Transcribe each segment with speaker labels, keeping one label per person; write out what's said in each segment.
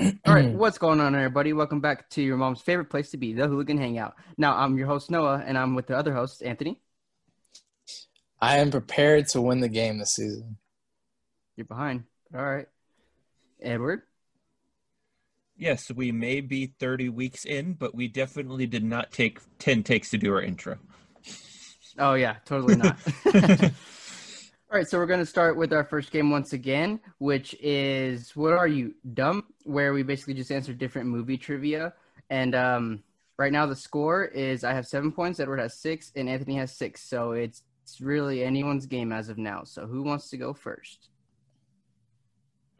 Speaker 1: All right, what's going on, everybody? Welcome back to your mom's favorite place to be, the Hooligan Hangout. Now, I'm your host Noah, and I'm with the other host Anthony.
Speaker 2: I am prepared to win the game this season.
Speaker 1: You're behind. All right, Edward.
Speaker 3: Yes, we may be 30 weeks in, but we definitely did not take 10 takes to do our intro. Uh,
Speaker 1: Oh yeah, totally not. All right, so we're going to start with our first game once again, which is "What Are You Dumb?" where we basically just answer different movie trivia. And um, right now, the score is I have seven points, Edward has six, and Anthony has six. So it's, it's really anyone's game as of now. So who wants to go first?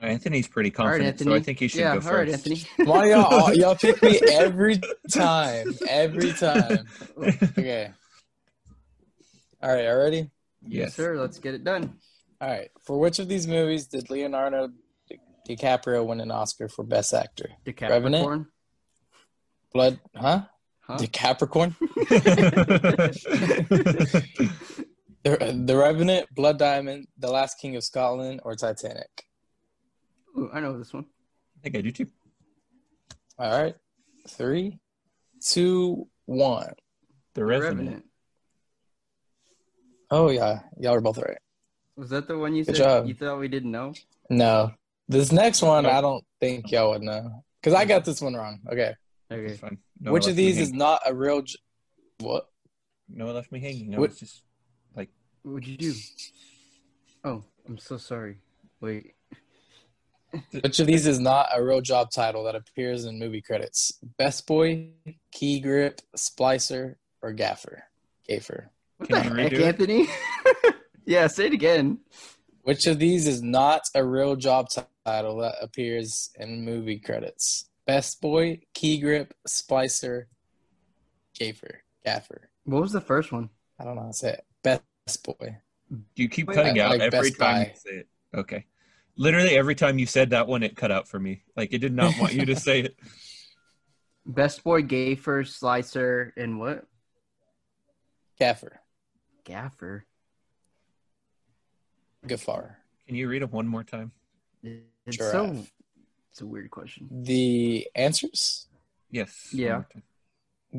Speaker 3: Anthony's pretty
Speaker 1: All right,
Speaker 3: confident,
Speaker 1: Anthony.
Speaker 3: so I think he should
Speaker 1: yeah,
Speaker 3: go first.
Speaker 1: All right, Anthony.
Speaker 2: Why y'all y'all pick me every time, every time. Okay. All right, y'all ready?
Speaker 3: Yes.
Speaker 1: sir. Let's get it done.
Speaker 2: All right. For which of these movies did Leonardo Di- DiCaprio win an Oscar for Best Actor?
Speaker 1: DiCapricorn.
Speaker 2: Blood? Huh?
Speaker 1: Huh?
Speaker 2: The Capricorn? The, the Revenant, Blood Diamond, The Last King of Scotland, or Titanic?
Speaker 1: Ooh, I know this one.
Speaker 3: I think I do too.
Speaker 2: All right. Three, two, one.
Speaker 3: The
Speaker 1: The
Speaker 3: Revenant.
Speaker 1: Revenant.
Speaker 2: Oh, yeah. Y'all are both right.
Speaker 1: Was that the one you
Speaker 2: Good
Speaker 1: said
Speaker 2: job.
Speaker 1: you thought we didn't know?
Speaker 2: No. This next one, I don't think y'all would know. Because I got this one wrong. Okay.
Speaker 1: Okay.
Speaker 3: It's fine. No
Speaker 2: Which
Speaker 3: one
Speaker 2: of
Speaker 3: left me
Speaker 2: these is
Speaker 3: hanging.
Speaker 2: not a real. J- what?
Speaker 3: No one left me hanging. No,
Speaker 2: What-
Speaker 3: it's just like
Speaker 1: What'd you do? Oh, I'm so sorry. Wait.
Speaker 2: Which of these is not a real job title that appears in movie credits? Best boy, key grip, splicer, or gaffer? Gaffer.
Speaker 1: What
Speaker 3: Can
Speaker 1: the
Speaker 3: you
Speaker 1: heck,
Speaker 3: redo it?
Speaker 1: Anthony? yeah, say it again.
Speaker 2: Which of these is not a real job ti- title that appears in movie credits? Best boy, key grip, splicer, gaffer, gaffer.
Speaker 1: What was the first one?
Speaker 2: I don't know how to say it. Best boy.
Speaker 3: you keep
Speaker 1: Wait,
Speaker 3: cutting
Speaker 2: I-
Speaker 3: out
Speaker 2: like
Speaker 3: every
Speaker 2: Best
Speaker 3: time
Speaker 2: Buy.
Speaker 3: you say it. Okay. Literally every time you said that one, it cut out for me. Like it did not want you to say it.
Speaker 1: Best Boy, Gaffer, Slicer, and what?
Speaker 2: Gaffer.
Speaker 1: Gaffer.
Speaker 2: Gafar.
Speaker 3: Can you read them one more time?
Speaker 1: It's so.
Speaker 2: Giraffe.
Speaker 1: It's a weird question.
Speaker 2: The answers?
Speaker 3: Yes.
Speaker 1: Yeah.
Speaker 3: one more time.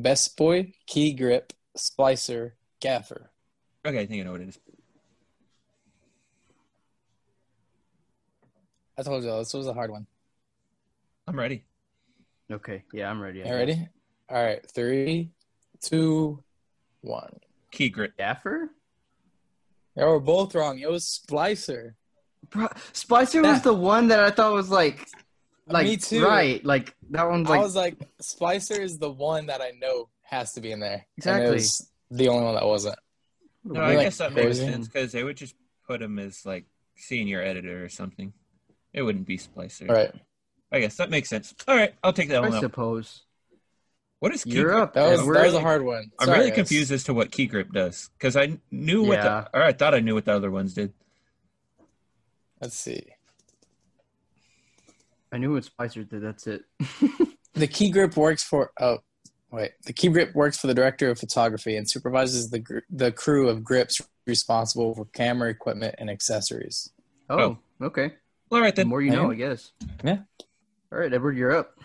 Speaker 2: Best boy, key grip, splicer, gaffer.
Speaker 3: Okay, I think I know what it is.
Speaker 2: I told y'all this was a hard one.
Speaker 3: I'm ready.
Speaker 1: Okay. Yeah, I'm ready. I
Speaker 2: You
Speaker 1: guess.
Speaker 2: ready? All right, three, two, one.
Speaker 3: Key grit.
Speaker 1: Gaffer?
Speaker 2: Y'all were both wrong. It was Splicer.
Speaker 1: Bro, Splicer was
Speaker 2: That-
Speaker 1: the one that I thought was like. Like,
Speaker 2: Me too.
Speaker 1: Right. Like, that one's
Speaker 2: I
Speaker 1: like.
Speaker 2: was like, Splicer is the one that I know has to be in there. And it
Speaker 1: Exactly.
Speaker 2: was the only one that wasn't.
Speaker 3: No,
Speaker 2: You're
Speaker 3: I
Speaker 2: like
Speaker 3: guess that makes
Speaker 2: crazy.
Speaker 3: sense because they would just put him as like senior editor or something. It wouldn't be Splicer.
Speaker 2: All right,
Speaker 3: I guess that makes sense. All right, I'll take that
Speaker 1: I
Speaker 3: one. Up.
Speaker 1: suppose.
Speaker 3: What is key
Speaker 1: You're
Speaker 3: grip?
Speaker 1: up.
Speaker 2: that was
Speaker 1: Edward.
Speaker 2: that was a hard one.
Speaker 3: I'm
Speaker 2: Sorry,
Speaker 3: really
Speaker 2: guys.
Speaker 3: confused as to what key grip does because I kn- knew what
Speaker 1: Yeah.
Speaker 3: the or I thought I knew what the other ones did.
Speaker 2: Let's see.
Speaker 1: I knew what Spicer did. That's it.
Speaker 2: The key grip works for oh wait. The key grip works for the director of photography and supervises the gr- the crew of grips responsible for camera equipment and accessories.
Speaker 1: oh, okay.
Speaker 3: All right
Speaker 1: The
Speaker 3: then.
Speaker 1: more you
Speaker 2: I
Speaker 1: know,
Speaker 2: am.
Speaker 1: I guess.
Speaker 2: Yeah.
Speaker 1: All right, Edward, you're up.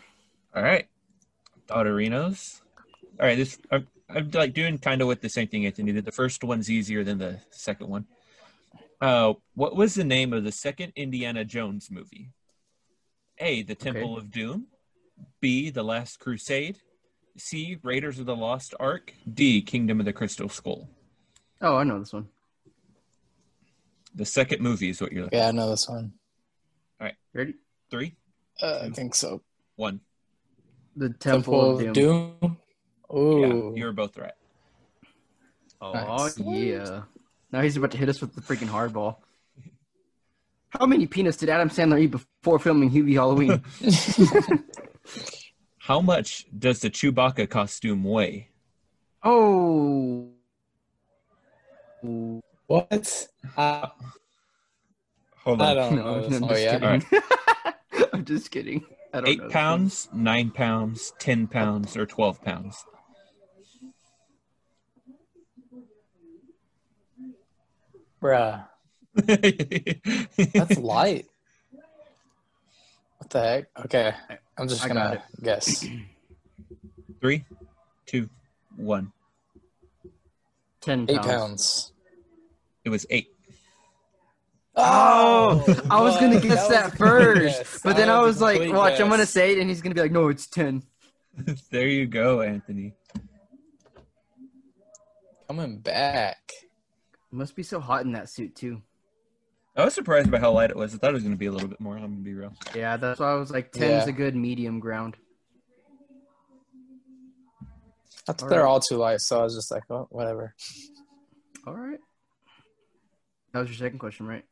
Speaker 3: All right, Dotterinos. All right, this I'm I'm like doing kind of with the same thing Anthony did. The first one's easier than the second one. Uh, what was the name of the second Indiana Jones movie? A. The Temple of Doom. B. The Last Crusade. C. Raiders of the Lost Ark. D. Kingdom of the Crystal Skull.
Speaker 1: Oh, I know this one.
Speaker 3: The second movie is what you're looking.
Speaker 2: Yeah, I know this one.
Speaker 1: Ready?
Speaker 3: Three,
Speaker 2: Uh, I think so.
Speaker 3: one.
Speaker 1: The Temple, of Doom.
Speaker 2: Doom. Ooh.
Speaker 3: Yeah, you were both right.
Speaker 1: Oh,
Speaker 2: Nice.
Speaker 1: yeah. Now he's about to hit us with the freaking hardball. How many peanuts did Adam Sandler eat before filming Hubie Halloween?
Speaker 3: How much does the Chewbacca costume weigh?
Speaker 1: oh. Ooh.
Speaker 2: what? Uh,
Speaker 3: Hold
Speaker 2: I
Speaker 3: on.
Speaker 2: don't
Speaker 1: No,
Speaker 2: know.
Speaker 1: I'm
Speaker 2: this
Speaker 1: just
Speaker 2: one. Oh, yeah.
Speaker 1: kidding. I'm just kidding. I don't know
Speaker 3: Eight
Speaker 1: this
Speaker 3: pounds, nine pounds, ten pounds, or twelve pounds.
Speaker 2: Bruh. That's light. What the heck? Okay, I'm just
Speaker 1: I got
Speaker 2: gonna guess.
Speaker 3: Three, two, one.
Speaker 1: Ten
Speaker 2: Eight
Speaker 1: pounds.
Speaker 2: pounds.
Speaker 3: It was eight.
Speaker 1: Oh, I was gonna
Speaker 2: what?
Speaker 1: guess that
Speaker 2: was a complete
Speaker 1: first,
Speaker 2: guess.
Speaker 1: but then
Speaker 2: That
Speaker 1: I
Speaker 2: a
Speaker 1: was like,
Speaker 2: complete
Speaker 1: "Watch, I'm gonna
Speaker 2: guess.
Speaker 1: say it," and he's gonna be like, "No, it's 10.
Speaker 3: there you go, Anthony.
Speaker 2: coming back.
Speaker 1: It must be so hot in that suit too.
Speaker 3: I was surprised by how light it was. I thought it was going to be a little bit more. I'm going to be real.
Speaker 1: Yeah, that's why I was like, 10 is
Speaker 2: Yeah.
Speaker 1: a good medium ground.
Speaker 2: I thought
Speaker 1: All
Speaker 2: they're
Speaker 1: right.
Speaker 2: all too light, so I was just like, oh, whatever.
Speaker 1: All right. That was your second question, right?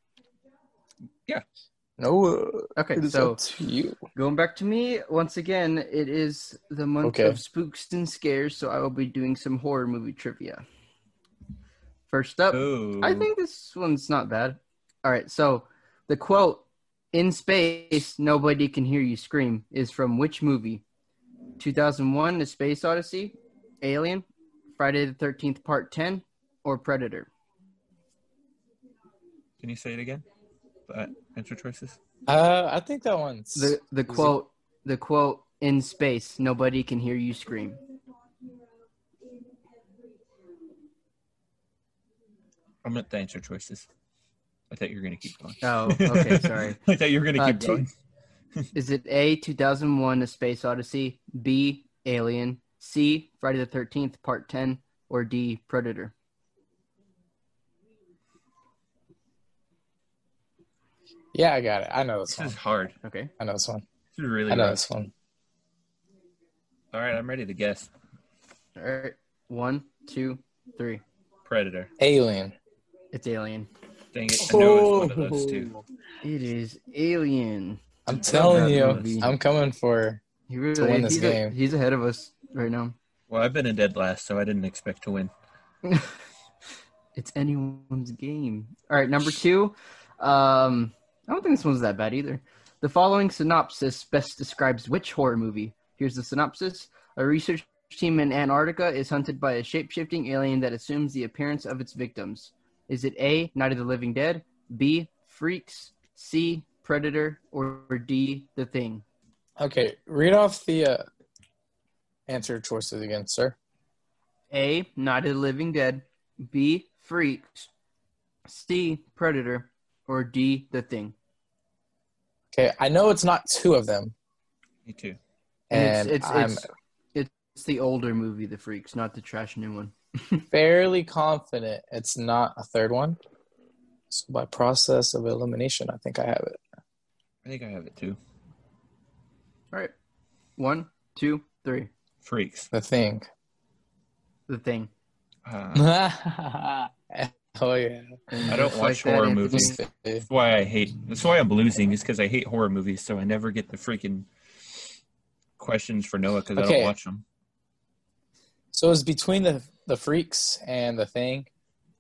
Speaker 2: No, uh,
Speaker 1: Okay,
Speaker 2: it is
Speaker 1: so
Speaker 2: up to you.
Speaker 1: Going back to me once again, it is the month
Speaker 2: Okay.
Speaker 1: of spooks and scares, so I will be doing some horror movie trivia. First up,
Speaker 3: Oh,
Speaker 1: Uh, I think this one's not bad. All right, so the quote "In space, nobody can hear you scream" is from which movie? 2001: The Space Odyssey, Alien, Friday the 13th Part 10, or Predator?
Speaker 3: Can you say it again? Uh, answer choices.
Speaker 2: Uh, I think that one's
Speaker 1: The the
Speaker 2: Easy.
Speaker 1: quote the quote "In space, nobody can hear you scream."
Speaker 3: I meant the answer choices. I thought you were going to keep going.
Speaker 1: Oh, okay, sorry.
Speaker 3: I thought you were going to
Speaker 1: Uh,
Speaker 3: keep
Speaker 1: two-
Speaker 3: going.
Speaker 1: Is it A, 2001 A Space Odyssey, B, Alien, C, Friday the 13th, Part 10, or D, Predator?
Speaker 2: yeah, I got it. I know this
Speaker 3: This
Speaker 2: one.
Speaker 3: is hard.
Speaker 1: Okay.
Speaker 2: I know this one.
Speaker 3: This is really
Speaker 2: I know
Speaker 3: hard.
Speaker 2: this one.
Speaker 3: All right, I'm ready to guess.
Speaker 1: All right. One, two, three.
Speaker 3: Predator.
Speaker 2: Alien.
Speaker 1: It's Alien.
Speaker 3: Dang it. I knew it was one of those two.
Speaker 1: Oh. It is Alien.
Speaker 2: I'm telling
Speaker 1: That
Speaker 2: you,
Speaker 1: movie.
Speaker 2: I'm coming for.
Speaker 1: He really
Speaker 2: To win
Speaker 1: is.
Speaker 2: this
Speaker 1: he's,
Speaker 2: game.
Speaker 1: he's ahead of us right now.
Speaker 3: Well, I've been in dead last, so I didn't expect to win.
Speaker 1: it's anyone's game. All right, number two. Um, I don't think this one's that bad either. The following synopsis best describes which horror movie. Here's the synopsis: A research team in Antarctica is hunted by a shape-shifting alien that assumes the appearance of its victims. Is it A. Night of the Living Dead, B. Freaks, C. Predator, or D. The Thing?
Speaker 2: Okay, read off the uh, answer choices again, sir.
Speaker 1: A. Night of the Living Dead, B. Freaks, C. Predator, or D. The Thing?
Speaker 2: Okay, I know it's not two of them,
Speaker 3: Me too.
Speaker 2: and
Speaker 1: it's,
Speaker 2: I'm
Speaker 1: it's, it's, it's the older movie, The Freaks, not the trash new one.
Speaker 2: fairly confident it's not a third one. So by process of elimination, I think I have it.
Speaker 3: I think I have it too.
Speaker 1: All right. One, two, three.
Speaker 3: Freaks.
Speaker 2: The thing.
Speaker 1: The thing.
Speaker 3: Uh,
Speaker 2: oh yeah.
Speaker 3: I don't
Speaker 1: Just
Speaker 3: watch
Speaker 1: that,
Speaker 3: horror
Speaker 1: Anthony.
Speaker 3: movies.
Speaker 2: Just the-
Speaker 3: that's why I hate. That's why I'm losing. Is because I hate horror movies, so I never get the freaking questions for Noah because I
Speaker 2: Okay.
Speaker 3: don't watch them.
Speaker 2: So it's between the the freaks and the thing,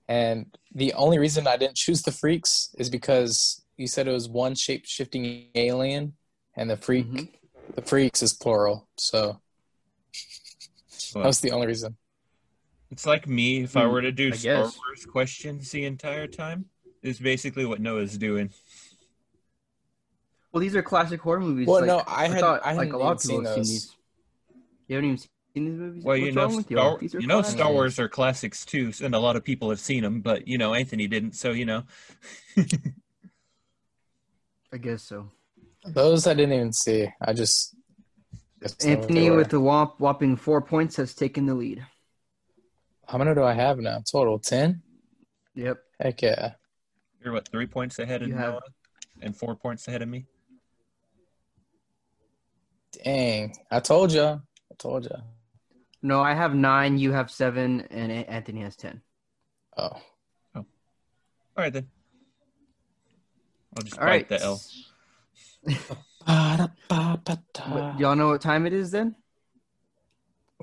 Speaker 2: and the only reason I didn't choose the freaks is because you said it was one shape shifting alien, and the freak
Speaker 1: Mhm.
Speaker 2: the freaks is plural. So that
Speaker 3: Well,
Speaker 2: was the only reason.
Speaker 3: it's like me if I were to do
Speaker 1: I
Speaker 3: Star
Speaker 1: guess.
Speaker 3: Wars questions the entire time. Is basically what Noah's doing.
Speaker 1: Well, these are classic horror movies.
Speaker 2: Well,
Speaker 1: like,
Speaker 2: no, I had
Speaker 1: thought,
Speaker 2: I hadn't
Speaker 1: like a lot
Speaker 2: even
Speaker 1: of people
Speaker 2: seen
Speaker 1: have seen
Speaker 2: those.
Speaker 1: these. You haven't even seen these movies?
Speaker 3: Well,
Speaker 1: What's
Speaker 3: you know,
Speaker 1: wrong with you?
Speaker 3: Star,
Speaker 1: These are
Speaker 3: you know,
Speaker 1: classic.
Speaker 3: Star Wars are classics too, and a lot of people have seen them, but you know, Anthony didn't, so you know.
Speaker 1: I guess so.
Speaker 2: Those I didn't even see. I just just know what they
Speaker 1: Anthony
Speaker 2: were.
Speaker 1: with the whomp, whopping four points has taken the lead.
Speaker 2: how many do I have now? Total ten.
Speaker 1: Yep.
Speaker 2: Heck yeah.
Speaker 3: You're what three points ahead of
Speaker 1: You have-
Speaker 3: Noah, and four points ahead of me.
Speaker 2: Dang. I told ya. I told ya.
Speaker 1: No, I have nine. You have seven, and A- Anthony has ten.
Speaker 2: Oh.
Speaker 3: All right then. I'll just
Speaker 1: All
Speaker 3: bite
Speaker 1: right.
Speaker 3: the L.
Speaker 1: What-
Speaker 2: What
Speaker 1: y'all know what time it is then?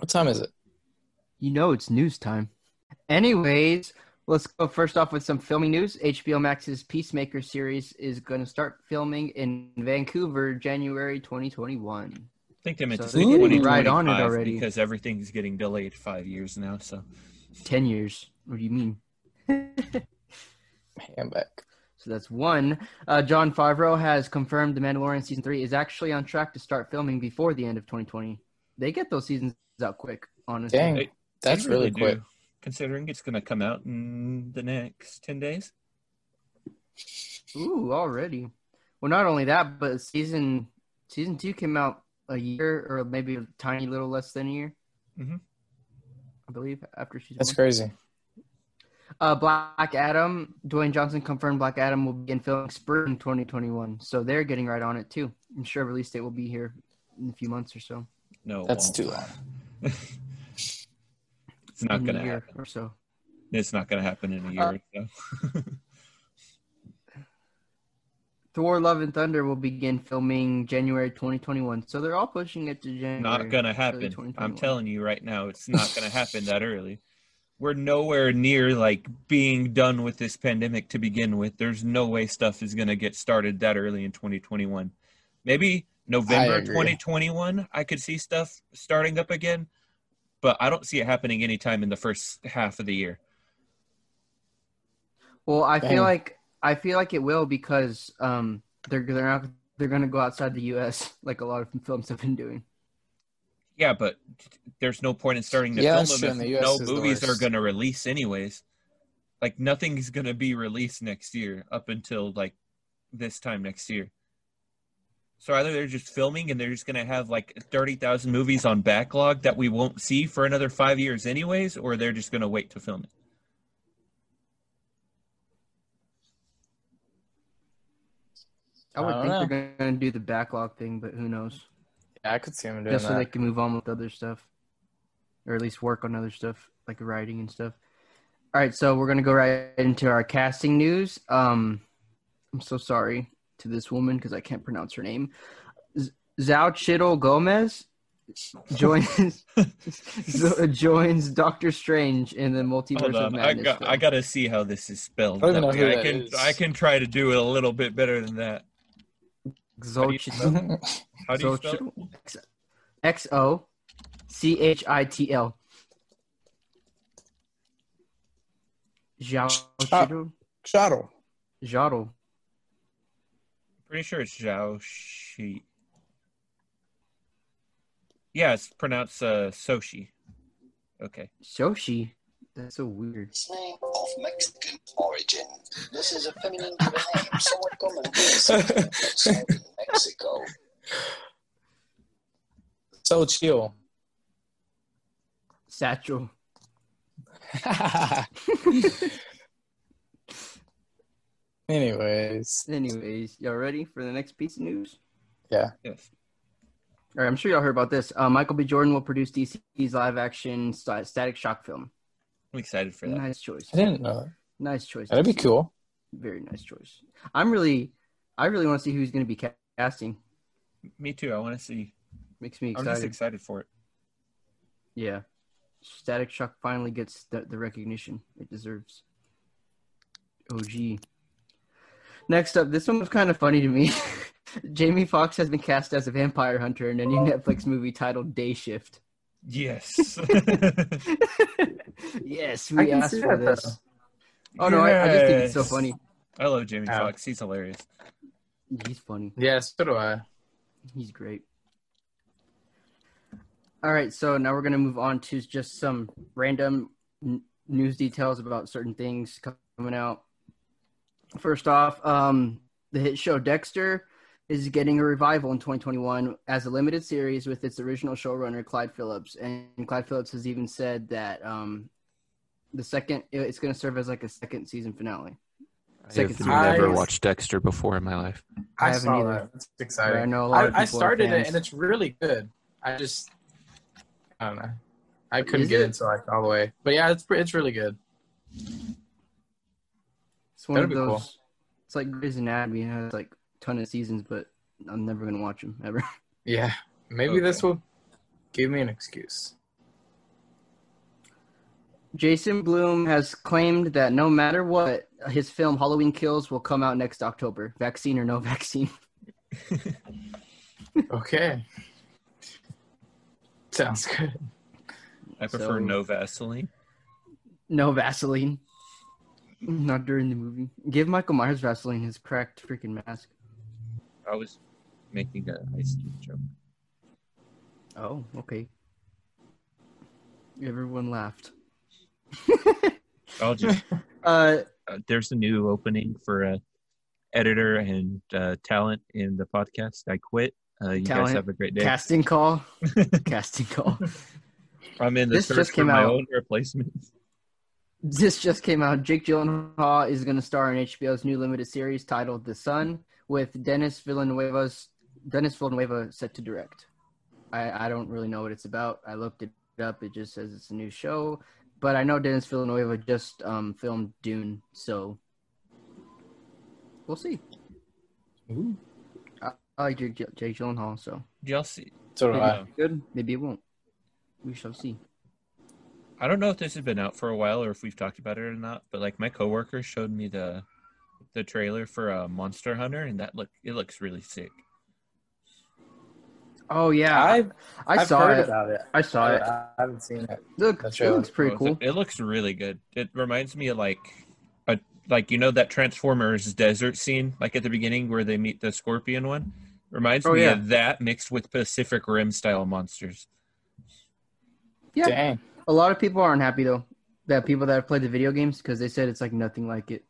Speaker 2: time is it?
Speaker 1: You know it's news time. Anyways, let's go first off with some filming news. HBO Max's Peacemaker series is going to start filming in Vancouver, January 2021.
Speaker 3: I think they meant to
Speaker 1: So
Speaker 3: say
Speaker 2: they're getting
Speaker 3: 2025
Speaker 1: right on it already.
Speaker 3: because everything's getting delayed five years now. So
Speaker 1: 10 years. What do you mean?
Speaker 2: Handback.
Speaker 1: So that's one. Uh, John Favreau has confirmed The Mandalorian season three is actually on track to start filming before the end of 2020. They get those seasons out quick, honestly.
Speaker 2: Dang,
Speaker 3: They-
Speaker 2: that's
Speaker 3: They
Speaker 2: really
Speaker 3: do,
Speaker 2: quick.
Speaker 3: Considering it's going to come out in the next 10 days.
Speaker 1: Ooh, already. Well, not only that, but season season two came out a year or maybe a tiny little less than a year.
Speaker 3: Mhm.
Speaker 1: I believe after season.
Speaker 2: That's
Speaker 1: one.
Speaker 2: crazy.
Speaker 1: Uh, Black Adam. Dwayne Johnson confirmed Black Adam will begin filming spring 2021, so they're getting right on it too. I'm sure release date will be here in a few months or so.
Speaker 3: No, it
Speaker 2: That's
Speaker 3: won't.
Speaker 2: too long.
Speaker 3: It's not
Speaker 1: In a
Speaker 3: going to
Speaker 1: year
Speaker 3: happen.
Speaker 1: or so.
Speaker 3: It's not going to happen in a year.
Speaker 1: Uh,
Speaker 3: or so.
Speaker 1: Thor: Love and Thunder will begin filming January 2021, so they're all pushing it to January.
Speaker 3: not going to happen. I'm
Speaker 1: 2021.
Speaker 3: telling you right now, it's not going to happen that early. We're nowhere near like being done with this pandemic to begin with. There's no way stuff is going to get started that early in 2021. Maybe
Speaker 2: I
Speaker 3: November
Speaker 2: agree.
Speaker 3: 2021, I could see stuff starting up again, but I don't see it happening anytime in the first half of the year.
Speaker 1: Well, I
Speaker 2: Dang.
Speaker 1: feel like I feel like it will because um they're they're not, they're going to go outside the U.S. like a lot of films have been doing.
Speaker 3: Yeah, but there's no point in starting to
Speaker 2: Yeah,
Speaker 3: film
Speaker 2: that's true,
Speaker 3: them
Speaker 2: and the
Speaker 3: if
Speaker 2: US
Speaker 3: no
Speaker 2: is the
Speaker 3: movies are
Speaker 2: worst.
Speaker 3: going to release anyways. Like nothing's going to be released next year up until like this time next year. So either they're just filming and they're just going to have like 30,000 movies on backlog that we won't see for another 5 years anyways or they're just going to wait to film it.
Speaker 1: I would
Speaker 2: I
Speaker 1: think
Speaker 2: don't
Speaker 1: they're going to do the backlog thing, but who knows?
Speaker 2: Yeah, I could see him doing
Speaker 1: Just so they
Speaker 2: that.
Speaker 1: can move on with other stuff, or at least work on other stuff like writing and stuff. All right, so we're going to go right into our casting news. Um, I'm so sorry to this woman because I can't pronounce her name. Z- Zhao Chittle Gomez joins zo- joins Doctor Strange in the
Speaker 3: Hold
Speaker 1: multiverse of
Speaker 3: on. I
Speaker 1: madness.
Speaker 3: got
Speaker 1: film.
Speaker 3: I got to see how this is spelled.
Speaker 2: I don't even know
Speaker 3: That
Speaker 2: who
Speaker 3: way I
Speaker 2: that
Speaker 3: can
Speaker 2: is.
Speaker 3: I can try to do it a little bit better than that.
Speaker 1: Zhao Chittle.
Speaker 3: How do you spell it?
Speaker 1: Chittle. X- X O C H I T L. Zhao Chittle.
Speaker 2: Shuttle.
Speaker 1: Zhao.
Speaker 3: Pretty sure it's Zhao Shi. Yeah, it's pronounced uh, Soshi. Okay.
Speaker 1: Soshi. That's so weird.
Speaker 4: its name of Mexican origin. This is a feminine for the name, somewhat common in southern southern Mexico.
Speaker 2: So chill.
Speaker 1: Satchel.
Speaker 2: Anyways,
Speaker 1: Anyways, y'all ready for the next piece of news?
Speaker 3: Yes.
Speaker 1: All right, I'm sure y'all heard about this. Uh, Michael B. Jordan will produce DC's live action sta- Static Shock film.
Speaker 3: I'm excited for that.
Speaker 1: Nice choice.
Speaker 2: I didn't know. that.
Speaker 1: Nice choice.
Speaker 2: That'd be cool.
Speaker 1: Very nice choice. I'm really, I really want to see who's going to be ca- casting.
Speaker 3: Me too. I want to see.
Speaker 1: Makes me
Speaker 3: I'm
Speaker 1: excited.
Speaker 3: just excited for it.
Speaker 1: Yeah. Static Shock finally gets the, the recognition it deserves. OG. Next up, this one was kind of funny to me. Jamie Foxx has been cast as a vampire hunter in a new Netflix movie titled Day Shift.
Speaker 3: Yes.
Speaker 1: yes,
Speaker 2: I
Speaker 1: we
Speaker 2: can
Speaker 1: asked
Speaker 2: see
Speaker 1: for
Speaker 2: that,
Speaker 1: this. Oh no, I, I just think it's so
Speaker 3: Yes.
Speaker 1: funny.
Speaker 3: I love Jamie
Speaker 2: Ow.
Speaker 3: Foxx. He's hilarious.
Speaker 1: He's funny.
Speaker 2: Yeah, so do I.
Speaker 1: He's great. All right, so now we're going to move on to just some random n- news details about certain things coming out. First off, um, the hit show Dexter is getting a revival in 2021 as a limited series with its original showrunner Clyde Phillips, and Clyde Phillips has even said that um, the second it- it's going to serve as like a second season finale.
Speaker 5: I
Speaker 1: Second
Speaker 5: have
Speaker 1: season.
Speaker 5: never
Speaker 2: I-
Speaker 5: watched Dexter before in my life.
Speaker 1: I
Speaker 2: I,
Speaker 1: haven't
Speaker 2: saw
Speaker 1: either.
Speaker 2: that. It's
Speaker 1: But I
Speaker 2: exciting.
Speaker 1: know a lot of
Speaker 2: I, I
Speaker 1: people are
Speaker 2: started
Speaker 1: fans.
Speaker 2: it and it's really good. I just, I don't know. I couldn't
Speaker 1: Is
Speaker 2: get
Speaker 1: it?
Speaker 2: into like all the way, but yeah, it's pre- it's really good.
Speaker 1: It's one of
Speaker 2: That'd be cool.
Speaker 1: those. It's like Grey's Anatomy it has like ton of seasons, but I'm never gonna watch them ever.
Speaker 2: Yeah, maybe
Speaker 3: Okay.
Speaker 2: this will give me an excuse.
Speaker 1: Jason Bloom has claimed that no matter what, his film Halloween Kills will come out next October, vaccine or no vaccine.
Speaker 2: Okay, sounds good.
Speaker 3: I
Speaker 1: So-
Speaker 3: prefer no Vaseline.
Speaker 1: No Vaseline. Not during the movie. Give Michael Myers Vaseline his cracked freaking mask.
Speaker 3: I was making the ice cube joke.
Speaker 1: Oh, okay. Everyone laughed.
Speaker 3: I'll just.
Speaker 1: Uh,
Speaker 3: uh, there's a new opening for a editor and uh, talent in the podcast. I quit. Uh, you guys
Speaker 1: Talent.
Speaker 3: have a great day.
Speaker 1: casting call. casting call.
Speaker 3: I'm in the
Speaker 1: This
Speaker 3: search
Speaker 1: just
Speaker 3: for
Speaker 1: came
Speaker 3: my
Speaker 1: out.
Speaker 3: own replacement.
Speaker 1: This just came out. Jake Gyllenhaal is going to star in HBO's new limited series titled The Sun, with Dennis Villanueva's Dennis Villanueva set to direct. I, I don't really know what it's about. I looked it up. It just says it's a new show, but I know Dennis Villanueva just um, filmed Dune, so we'll see.
Speaker 2: Ooh.
Speaker 1: I, I like Jake, Gy- Jake Gyllenhaal, so
Speaker 3: Did y'all see?
Speaker 2: So do
Speaker 1: maybe
Speaker 2: I.
Speaker 1: it'll be good, maybe it won't. We shall see.
Speaker 3: I don't know if this has been out for a while or if we've talked about it or not, but like my coworker showed me the the trailer for uh, Monster Hunter, and that look it looks really sick.
Speaker 1: Oh yeah, I,
Speaker 2: I've,
Speaker 1: I
Speaker 2: I've
Speaker 1: saw
Speaker 2: heard
Speaker 1: it.
Speaker 2: about it.
Speaker 1: I saw it.
Speaker 2: I haven't seen it.
Speaker 1: Look,
Speaker 2: That's
Speaker 1: it
Speaker 2: right.
Speaker 1: looks pretty
Speaker 3: Oh,
Speaker 1: cool.
Speaker 3: it's- It looks really good. It reminds me of like a like you know that Transformers desert scene, like at the beginning where they meet the scorpion one. Reminds
Speaker 1: Oh,
Speaker 3: me
Speaker 1: yeah.
Speaker 3: of that mixed with Pacific Rim style monsters.
Speaker 1: Yeah.
Speaker 2: Dang.
Speaker 1: A lot of people aren't happy though. That people that have played the video games because they said it's like nothing like it.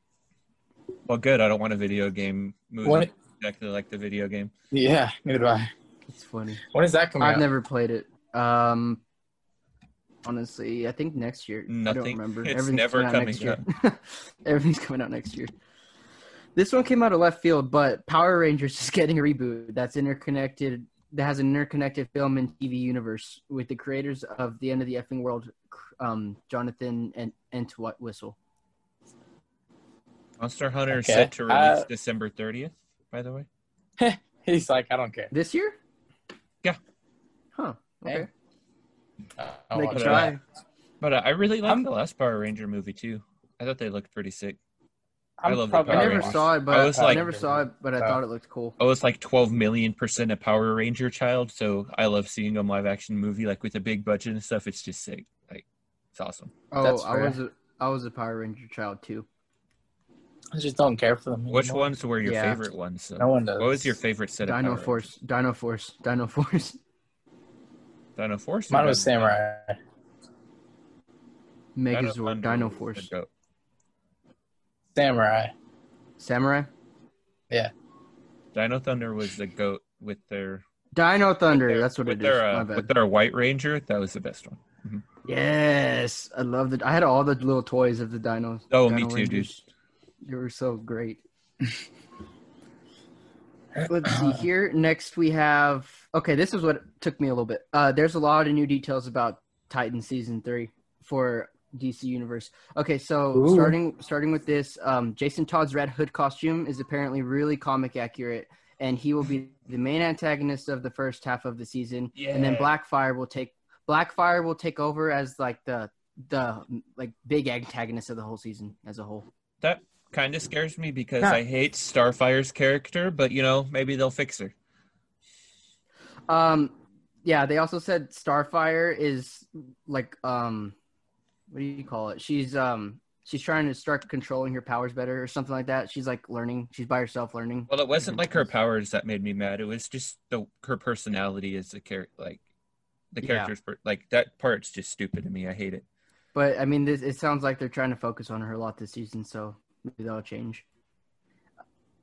Speaker 3: Well, good. I don't want a video game movie
Speaker 2: What-
Speaker 3: exactly like the video game.
Speaker 2: Yeah, neither do I.
Speaker 1: It's funny.
Speaker 2: When is that coming
Speaker 1: I've
Speaker 2: out?
Speaker 1: never played it. Um, honestly, I think next year. I
Speaker 3: Nothing.
Speaker 1: don't remember.
Speaker 3: It's
Speaker 1: Everything's
Speaker 3: never
Speaker 1: coming out next
Speaker 3: coming
Speaker 1: year. Everything's coming out next year. This one came out of left field, but Power Rangers is getting a reboot that's interconnected. That has an interconnected film and TV universe with the creators of The End of the Effing World, um, Jonathan and and what whistle.
Speaker 3: Monster Hunter is
Speaker 2: Okay.
Speaker 3: set to release
Speaker 2: Uh,
Speaker 3: December 30th, by the way.
Speaker 2: He's like, I don't care.
Speaker 1: This year?
Speaker 3: Yeah.
Speaker 1: Huh. Okay.
Speaker 2: I don't
Speaker 1: They
Speaker 2: want
Speaker 1: could
Speaker 2: to
Speaker 3: try.
Speaker 2: do that.
Speaker 3: But uh, I really liked
Speaker 2: I'm-
Speaker 3: the last Power Ranger movie too. I thought they looked pretty sick. I
Speaker 2: I'm
Speaker 3: love the
Speaker 2: probably-
Speaker 1: I
Speaker 3: Power
Speaker 1: never
Speaker 3: Rangers.
Speaker 1: saw it, but
Speaker 3: I
Speaker 1: I,
Speaker 3: was like-
Speaker 1: never saw it, but I
Speaker 2: Oh.
Speaker 1: thought it looked cool.
Speaker 3: I was like 12 million percent a Power Ranger child, so I love seeing a live action movie like with a big budget and stuff. It's just sick. Like, it's awesome.
Speaker 1: Oh,
Speaker 2: That's
Speaker 1: I
Speaker 2: fair.
Speaker 1: was a, I was a Power Ranger child too.
Speaker 2: I just don't care for them.
Speaker 3: Which
Speaker 2: anymore.
Speaker 3: ones were your
Speaker 1: Yeah.
Speaker 3: favorite ones? So,
Speaker 2: No one does.
Speaker 3: what was your favorite set of
Speaker 1: Dino
Speaker 3: Power
Speaker 1: Force, Dino Force, Dino Force.
Speaker 3: Rangers? Dino Force. or
Speaker 2: Mine was
Speaker 3: Dino-
Speaker 2: Samurai.
Speaker 3: Dino
Speaker 1: Megazord,
Speaker 3: Thunder
Speaker 1: Dino
Speaker 3: was the
Speaker 1: Force,
Speaker 3: goat.
Speaker 2: Samurai.
Speaker 1: Samurai,
Speaker 3: Dino Thunder was the goat with their
Speaker 1: Dino Thunder.
Speaker 3: their-
Speaker 1: That's what it is.
Speaker 3: with their uh,
Speaker 1: My
Speaker 3: with
Speaker 1: bad.
Speaker 3: their White Ranger. That was the best one.
Speaker 1: Yes, I love the. I had all the little toys of the Dino.
Speaker 3: Oh,
Speaker 1: Dino
Speaker 3: me too, dude.
Speaker 1: Rangers. They were so great. Let's see here. Next, we have. Okay, this is what took me a little bit. Uh, there's a lot of new details about Titan season three for DC Universe. Okay, so
Speaker 2: Ooh.
Speaker 1: starting starting with this, um, Jason Todd's Red Hood costume is apparently really comic accurate, and he will be the main antagonist of the first half of the season. And then
Speaker 3: Yeah.
Speaker 1: Blackfire will take Blackfire will take over as like the the like big antagonist of the whole season as a whole.
Speaker 3: That kind of scares me because
Speaker 1: Huh.
Speaker 3: I hate Starfire's character, but you know maybe they'll fix her.
Speaker 1: Um, yeah, they also said Starfire is like um, what do you call it? She's um, she's trying to start controlling her powers better or something like that. She's like learning. She's by herself learning.
Speaker 3: Well, it wasn't like her powers that made me mad. It was just the her personality as a character, like the
Speaker 1: Yeah.
Speaker 3: character's per- like that part's just stupid to me. I hate it.
Speaker 1: But I mean, this, it sounds like they're trying to focus on her a lot this season, so maybe that'll change.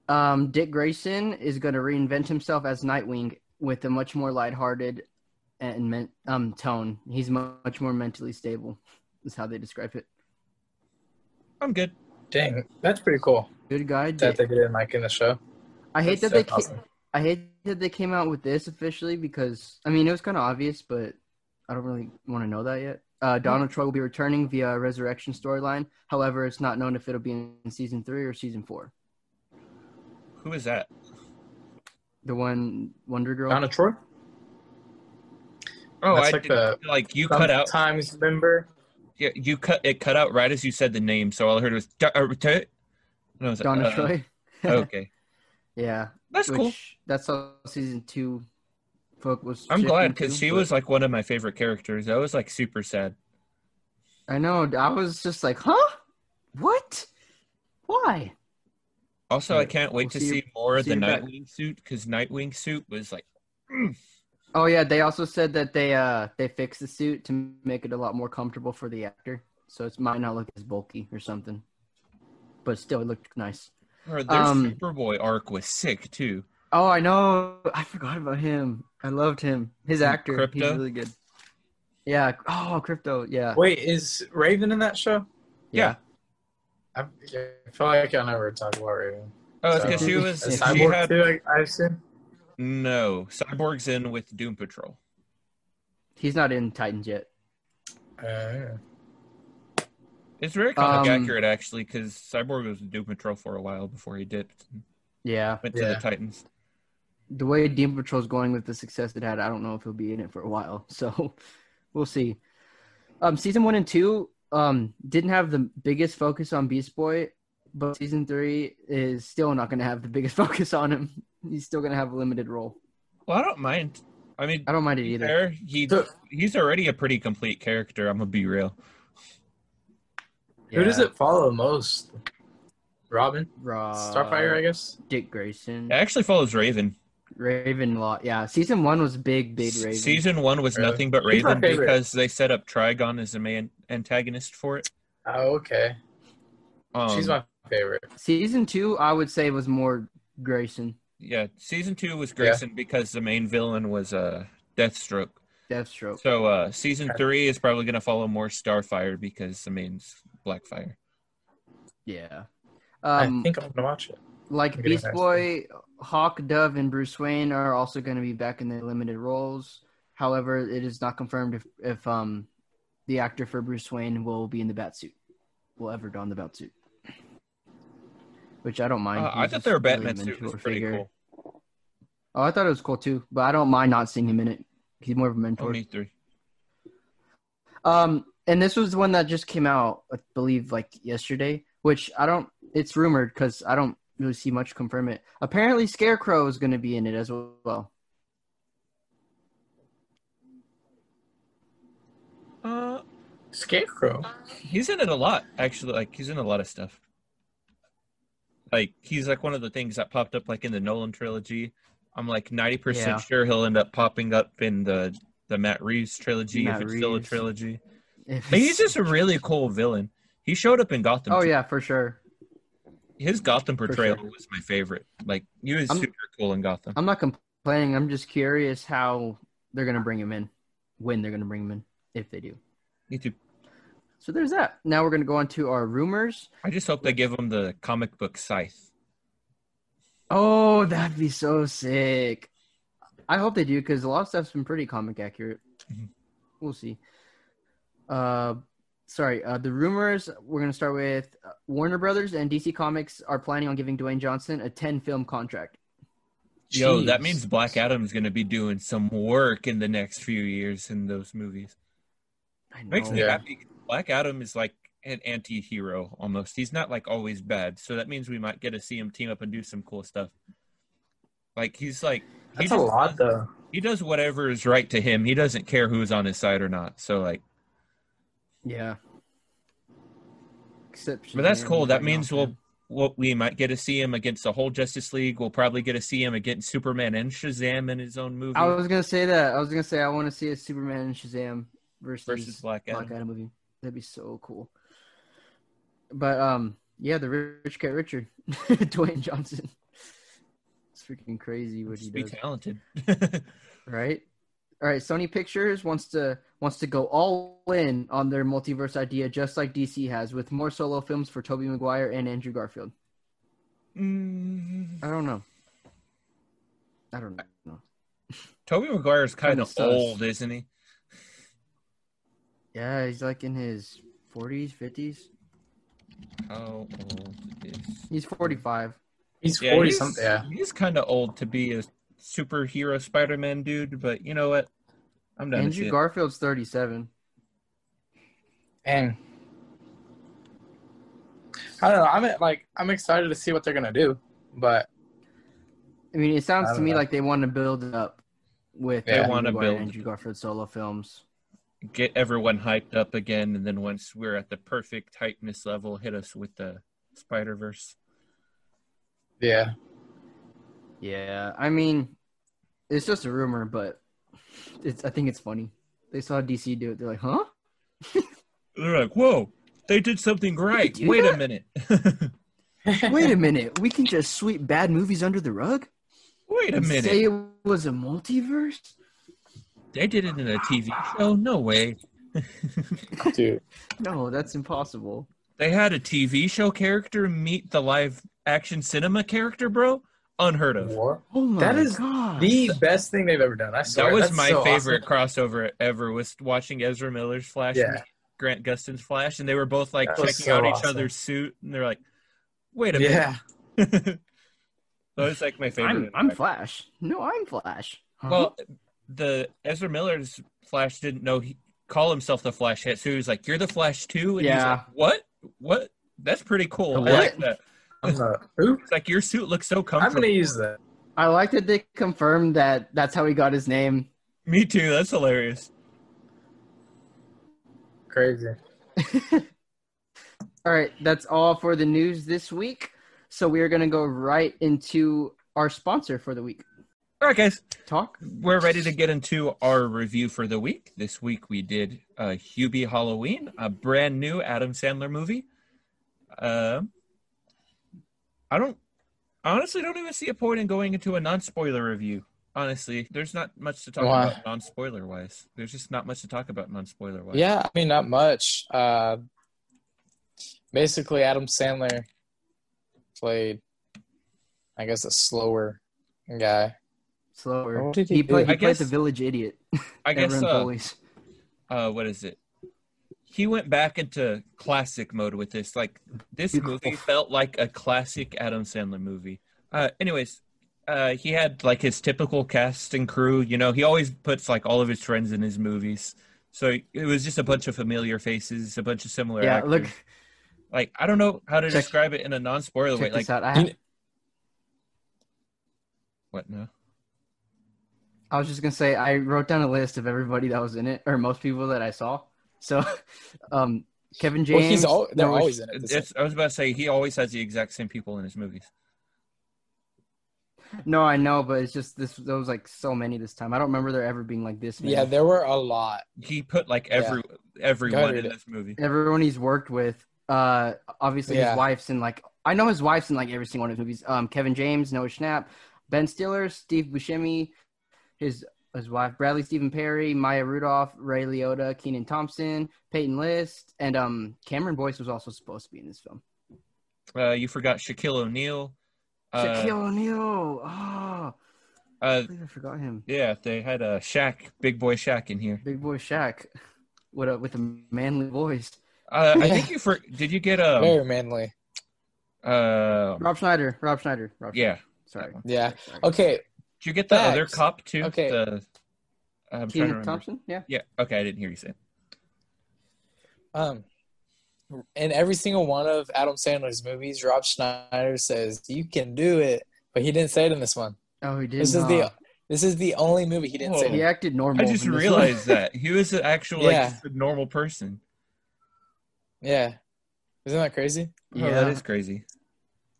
Speaker 1: Um, Dick Grayson is going to reinvent himself as Nightwing with a much more lighthearted and men- um tone. He's mu- much more mentally stable, is how they describe it.
Speaker 3: I'm good.
Speaker 2: Dang, that's pretty cool
Speaker 1: Good guy.
Speaker 2: that
Speaker 1: Dick.
Speaker 2: they did like in the show.
Speaker 1: I hate that
Speaker 2: That's
Speaker 1: they
Speaker 2: so
Speaker 1: ca-
Speaker 2: awesome.
Speaker 1: I hate that they came out with this officially because I mean it was kind of obvious, but I don't really want to know that yet.
Speaker 2: Mm-hmm.
Speaker 1: Uh, Donald Troy will be returning via a resurrection storyline. However, it's not known if it'll be in season three or season four.
Speaker 3: Who is that?
Speaker 1: The one Wonder Girl.
Speaker 2: Donna Troy.
Speaker 3: Oh,
Speaker 2: That's
Speaker 3: I
Speaker 2: like
Speaker 3: like,
Speaker 2: the-
Speaker 3: like you cut out.
Speaker 2: Times remember.
Speaker 3: Yeah, you cut it cut out right as you said the name, so all I heard was "Du- uh, tu-" and I was like,
Speaker 1: Donna
Speaker 3: uh,
Speaker 1: Troy.
Speaker 3: Okay,
Speaker 1: Yeah,
Speaker 3: that's cool.
Speaker 1: which that's how season two. Folk was.
Speaker 3: I'm glad
Speaker 1: shifting
Speaker 3: because
Speaker 1: to,
Speaker 3: she
Speaker 1: but-
Speaker 3: was like one of my favorite characters. I was like super sad.
Speaker 1: I know. I was just like, huh? What? Why?
Speaker 3: Also, I can't wait
Speaker 1: We'll
Speaker 3: to
Speaker 1: see you-
Speaker 3: see more of
Speaker 1: see
Speaker 3: the
Speaker 1: you back.
Speaker 3: Nightwing suit because Nightwing suit was like,
Speaker 1: Oh yeah, they also said that they uh they fixed the suit to make it a lot more comfortable for the actor, so it might not look as bulky or something. But still, it looked nice.
Speaker 3: or their
Speaker 1: Um,
Speaker 3: Superboy arc was sick too.
Speaker 1: Oh, I know. I forgot about him. I loved him. His actor, he's
Speaker 3: Hmm, Crypto?
Speaker 1: really good. Yeah. Oh, crypto. Yeah.
Speaker 2: Wait, is Raven in that show?
Speaker 3: Yeah.
Speaker 2: I, I feel like I never talked about Raven.
Speaker 3: Oh, it's
Speaker 2: So-
Speaker 3: because she was
Speaker 1: uh,
Speaker 2: Is
Speaker 3: she
Speaker 2: Cyborg
Speaker 3: had
Speaker 2: too? I, I assume.
Speaker 3: no cyborgs in with Doom Patrol.
Speaker 1: He's not in Titans yet.
Speaker 2: Uh,
Speaker 3: It's very comic
Speaker 1: Um,
Speaker 3: accurate actually because Cyborg was in Doom Patrol for a while before he dipped and
Speaker 1: Yeah.
Speaker 3: went to
Speaker 2: Yeah.
Speaker 3: the Titans.
Speaker 1: The way Doom Patrol's going with the success it had, I don't know if he'll be in it for a while. So we'll see. Um, season one and two um didn't have the biggest focus on Beast Boy, but season three is still not going to have the biggest focus on him. He's still going to have a limited role.
Speaker 3: Well, I don't mind. I mean,
Speaker 1: I don't mind it
Speaker 3: to be
Speaker 1: either.
Speaker 3: fair, he
Speaker 2: So-
Speaker 3: he's already a pretty complete character. I'm gonna be real.
Speaker 2: Who does it follow most? Robin,
Speaker 1: Raw,
Speaker 2: Starfire, I guess.
Speaker 1: Dick Grayson.
Speaker 3: It actually follows Raven.
Speaker 1: Raven lot, yeah. Season one was big, big Raven.
Speaker 3: Season one was
Speaker 2: Really?
Speaker 3: nothing but
Speaker 2: He's my
Speaker 3: Raven
Speaker 2: favorite.
Speaker 3: because they set up Trigon as a main antagonist for it.
Speaker 2: Oh, okay.
Speaker 3: Um,
Speaker 2: She's my favorite.
Speaker 1: Season two, I would say, was more Grayson,
Speaker 3: yeah, season two was Grayson because the main villain was uh, Deathstroke.
Speaker 1: Deathstroke.
Speaker 3: So uh, season three is probably going to follow more Starfire because the main's Blackfire.
Speaker 1: Yeah. Um,
Speaker 2: I think I'm gonna watch it.
Speaker 1: like
Speaker 2: I'm gonna
Speaker 1: Beast
Speaker 2: ask
Speaker 1: Boy, Hawk, Dove, and Bruce Wayne are also going to be back in their limited roles. However, it is not confirmed if, if um the actor for Bruce Wayne will be in the Batsuit, will ever don the Batsuit. Which I don't mind.
Speaker 3: Uh, I
Speaker 1: He's
Speaker 3: thought
Speaker 1: just
Speaker 3: their
Speaker 1: really
Speaker 3: Batman
Speaker 1: a
Speaker 3: suit was
Speaker 1: mentor
Speaker 3: pretty
Speaker 1: figure.
Speaker 3: cool.
Speaker 1: Oh, I thought it was cool too, but I don't mind not seeing him in it. He's more of a mentor.
Speaker 3: Only three.
Speaker 1: Um, and this was the one that just came out, I believe, like yesterday. Which I don't. It's rumored because I don't really see much confirm it. Apparently, Scarecrow is going to be in it as well.
Speaker 3: Uh,
Speaker 2: Scarecrow.
Speaker 3: he's in it a lot, actually. Like he's in a lot of stuff. Like he's like one of the things that popped up like in the Nolan trilogy. I'm like ninety
Speaker 1: Yeah.
Speaker 3: percent sure he'll end up popping up in the the Matt Reeves trilogy
Speaker 1: Matt
Speaker 3: if it's still a
Speaker 1: Reeves.
Speaker 3: trilogy.
Speaker 1: If
Speaker 3: But he's
Speaker 1: it's-
Speaker 3: just a really cool villain. He showed up in Gotham.
Speaker 1: Oh
Speaker 3: too.
Speaker 1: yeah, for sure.
Speaker 3: his Gotham
Speaker 1: sure.
Speaker 3: portrayal was my favorite. Like he was
Speaker 1: I'm-
Speaker 3: super cool in Gotham.
Speaker 1: I'm not complaining. I'm just curious how they're going to bring him in, when they're going to bring him in, if they do.
Speaker 3: Me too.
Speaker 1: So there's that. Now we're going to go on to our rumors.
Speaker 3: I just hope they give him the comic book scythe.
Speaker 1: Oh, that'd be so sick. I hope they do because a lot of stuff's been pretty comic accurate.
Speaker 3: Mhm.
Speaker 1: We'll see. Uh, sorry. Uh, the rumors we're gonna start with uh, Warner Brothers and DC Comics are planning on giving Dwayne Johnson a ten film contract.
Speaker 3: Yo, that
Speaker 2: Jeez.
Speaker 3: means Black Adam's gonna be doing some work in the next few years in those movies.
Speaker 1: I
Speaker 3: Makes me
Speaker 1: know.
Speaker 2: Yeah.
Speaker 3: happy. Black Adam is like an anti-hero almost. He's not like always bad, so that means we might get to see him team up and do some cool stuff. Like he's like he
Speaker 2: That's a
Speaker 3: just
Speaker 2: lot,
Speaker 3: does-
Speaker 2: though.
Speaker 3: He does whatever is right to him. He doesn't care who's on his side or not. So like,
Speaker 1: Yeah. Except.
Speaker 3: but that's
Speaker 1: man,
Speaker 3: cool.
Speaker 1: he's
Speaker 3: That
Speaker 1: right now,
Speaker 3: means we'll
Speaker 1: man.
Speaker 3: well, we might get to see him against the whole Justice League. We'll probably get to see him against Superman and Shazam in his own movie
Speaker 1: I was gonna say that. I was gonna say I want to see a Superman and Shazam versus,
Speaker 3: versus Black Adam.
Speaker 1: Black Adam movie. That'd be so cool. But um, yeah, the rich get Richard, Dwayne Johnson. It's freaking crazy what he
Speaker 3: Just be
Speaker 1: does,
Speaker 3: talented.
Speaker 1: right? All right, Sony Pictures wants to wants to go all in on their multiverse idea, just like DC has, with more solo films for Tobey Maguire and Andrew Garfield.
Speaker 3: mm,
Speaker 1: I don't know. I don't know.
Speaker 3: Toby Maguire is kind
Speaker 1: Kinda
Speaker 3: of
Speaker 1: sus.
Speaker 3: old, isn't he?
Speaker 1: Yeah, he's like in his 40s, 50s.
Speaker 3: How old is?
Speaker 1: He's 45.
Speaker 2: He's
Speaker 3: Yeah,
Speaker 2: forty
Speaker 3: he's,
Speaker 2: something. Yeah.
Speaker 3: he's kind of old to be a superhero Spider-Man dude, but you know what? I'm done.
Speaker 1: Andrew Garfield's 37.
Speaker 2: And I don't know. I'm like I'm excited to see what they're gonna do, but
Speaker 1: I mean, it
Speaker 2: I
Speaker 1: sounds to
Speaker 2: don't
Speaker 1: me
Speaker 2: know.
Speaker 1: like they want to build it up with
Speaker 2: They
Speaker 1: Tobey
Speaker 3: wanna
Speaker 1: Maguire and
Speaker 3: build-
Speaker 1: Andrew Garfield solo films.
Speaker 3: Get everyone hyped up again, and then once we're at the perfect hypeness level, hit us with the Spider Verse.
Speaker 2: Yeah.
Speaker 1: Yeah, I mean, it's just a rumor, but it's I think it's funny. They saw DC do it. They're like, huh?
Speaker 3: They're like, whoa, they did something right.
Speaker 1: do
Speaker 3: Wait a
Speaker 1: that?
Speaker 3: minute.
Speaker 1: Wait a minute, we can just sweep bad movies under the rug
Speaker 3: Wait a
Speaker 1: and say
Speaker 3: minute.
Speaker 1: it was a multiverse.
Speaker 3: They did it in a TV show? No way.
Speaker 2: Dude.
Speaker 1: No, that's impossible.
Speaker 3: They had a TV show character meet the live action cinema character, bro? Unheard of.
Speaker 2: War?
Speaker 1: Oh my
Speaker 2: That is
Speaker 1: god!
Speaker 2: The best thing they've ever done. I swear.
Speaker 3: That was
Speaker 2: That's
Speaker 3: my
Speaker 2: so
Speaker 3: favorite
Speaker 2: awesome.
Speaker 3: crossover ever was watching Ezra Miller's Flash
Speaker 2: Yeah.
Speaker 3: and Grant Gustin's Flash, and they were both like
Speaker 2: That
Speaker 3: checking
Speaker 2: was so
Speaker 3: out each
Speaker 2: awesome.
Speaker 3: other's suit, and they're like, "Wait a
Speaker 2: Yeah.
Speaker 3: minute." that was like my favorite.
Speaker 1: I'm I'm Flash. No, I'm Flash. Huh?
Speaker 3: Well, the Ezra Miller's Flash didn't know he call himself the Flash yet, so he was like, "You're the Flash too," and
Speaker 1: Yeah.
Speaker 3: he's like, "What? What? That's pretty cool.
Speaker 1: The
Speaker 3: I like
Speaker 1: what?
Speaker 3: that.
Speaker 2: I'm the, who?
Speaker 3: It's like your suit looks so
Speaker 2: I'm
Speaker 3: comfortable."
Speaker 2: gonna use that.
Speaker 1: I like that they confirmed that that's how he got his name.
Speaker 3: Me too. That's hilarious.
Speaker 2: Crazy.
Speaker 1: All right, that's all for the news this week. So we are going to go right into our sponsor for the week.
Speaker 3: All right, guys.
Speaker 1: Talk.
Speaker 3: we're ready to get into our review for the week. This week we did uh, Hubie Halloween, a brand new Adam Sandler movie. Um, I don't I honestly don't even see a point in going into a non-spoiler review. Honestly, there's not much to talk
Speaker 2: Why?
Speaker 3: about non-spoiler wise. There's just not much to talk about non-spoiler wise.
Speaker 2: Yeah, I mean, not much. Uh, basically, Adam Sandler played, I guess, a slower guy.
Speaker 1: Slower.
Speaker 2: What did
Speaker 1: he
Speaker 2: he do?
Speaker 1: played, he
Speaker 3: I
Speaker 1: played
Speaker 3: guess-
Speaker 1: the village idiot.
Speaker 3: I guess
Speaker 1: Everyone
Speaker 3: uh,
Speaker 1: bullies.
Speaker 3: uh, what is it? He went back into classic mode with this. Like this movie felt like a classic Adam Sandler movie. Uh, anyways, uh, he had like his typical cast and crew. You know, he always puts like all of his friends in his movies. So it was just a bunch of familiar faces, a bunch of similar.
Speaker 1: Yeah,
Speaker 3: actors.
Speaker 1: look,
Speaker 3: Like I don't know how to
Speaker 1: Check-
Speaker 3: describe it in a non-spoiler way.
Speaker 1: check
Speaker 3: Like
Speaker 1: this out. I,
Speaker 2: You-
Speaker 3: what? No.
Speaker 1: I was just going to say, I wrote down a list of everybody that was in it, or most people that I saw. So, um, Kevin James.
Speaker 2: Well, he's all, they're
Speaker 1: Noah-
Speaker 2: always in it.
Speaker 3: It's, I was about to say he always has the exact same people in his movies.
Speaker 1: No, I know, but it's just this. There was like so many this time. I don't remember there ever being like this many.
Speaker 2: yeah, there were a lot.
Speaker 3: He put like
Speaker 2: Yeah.
Speaker 3: every everyone
Speaker 2: read
Speaker 3: in
Speaker 2: it.
Speaker 3: this movie.
Speaker 1: everyone he's worked with. Uh, obviously
Speaker 2: Yeah.
Speaker 1: his wife's in like I know his wife's in like every single one of his movies. Um, Kevin James, Noah Schnapp, Ben Stiller, Steve Buscemi, his his wife Bradley Stephen Perry, Maya Rudolph, Ray Liotta, Keenan Thompson, Peyton List, and um Cameron Boyce was also supposed to be in this film.
Speaker 3: Uh, you forgot Shaquille O'Neal. Uh,
Speaker 1: Shaquille O'Neal. Oh,
Speaker 3: uh,
Speaker 1: I believe I forgot him.
Speaker 3: yeah, they had a Shaq, big boy Shaq in here.
Speaker 1: Big boy Shaq, with a with a manly voice.
Speaker 3: Uh, I think you for did you get a
Speaker 2: Very manly.
Speaker 3: uh,
Speaker 1: Rob Schneider. Rob Schneider. Rob Schneider.
Speaker 3: yeah?
Speaker 1: Sorry.
Speaker 2: Yeah.
Speaker 1: Sorry.
Speaker 2: Okay.
Speaker 3: Did you get the other
Speaker 2: Facts.
Speaker 3: cop too?
Speaker 2: Okay.
Speaker 3: The, I'm trying to
Speaker 1: Keenan
Speaker 3: remember.
Speaker 1: Thompson. Yeah.
Speaker 3: Yeah. Okay, I didn't hear you say.
Speaker 2: Um, in every single one of Adam Sandler's movies, Rob Schneider says, "You can do it," but he didn't say it in this one.
Speaker 1: Oh, he did.
Speaker 2: This is
Speaker 1: not.
Speaker 2: the this is the only movie he didn't say.
Speaker 3: Whoa.
Speaker 2: it in.
Speaker 1: He acted normal.
Speaker 3: I just
Speaker 1: in this
Speaker 3: realized
Speaker 1: one.
Speaker 3: that he was an actual like
Speaker 2: Yeah.
Speaker 3: just a normal person.
Speaker 2: Yeah. Isn't that crazy?
Speaker 3: Yeah,
Speaker 1: Yeah.
Speaker 3: Oh, that is crazy.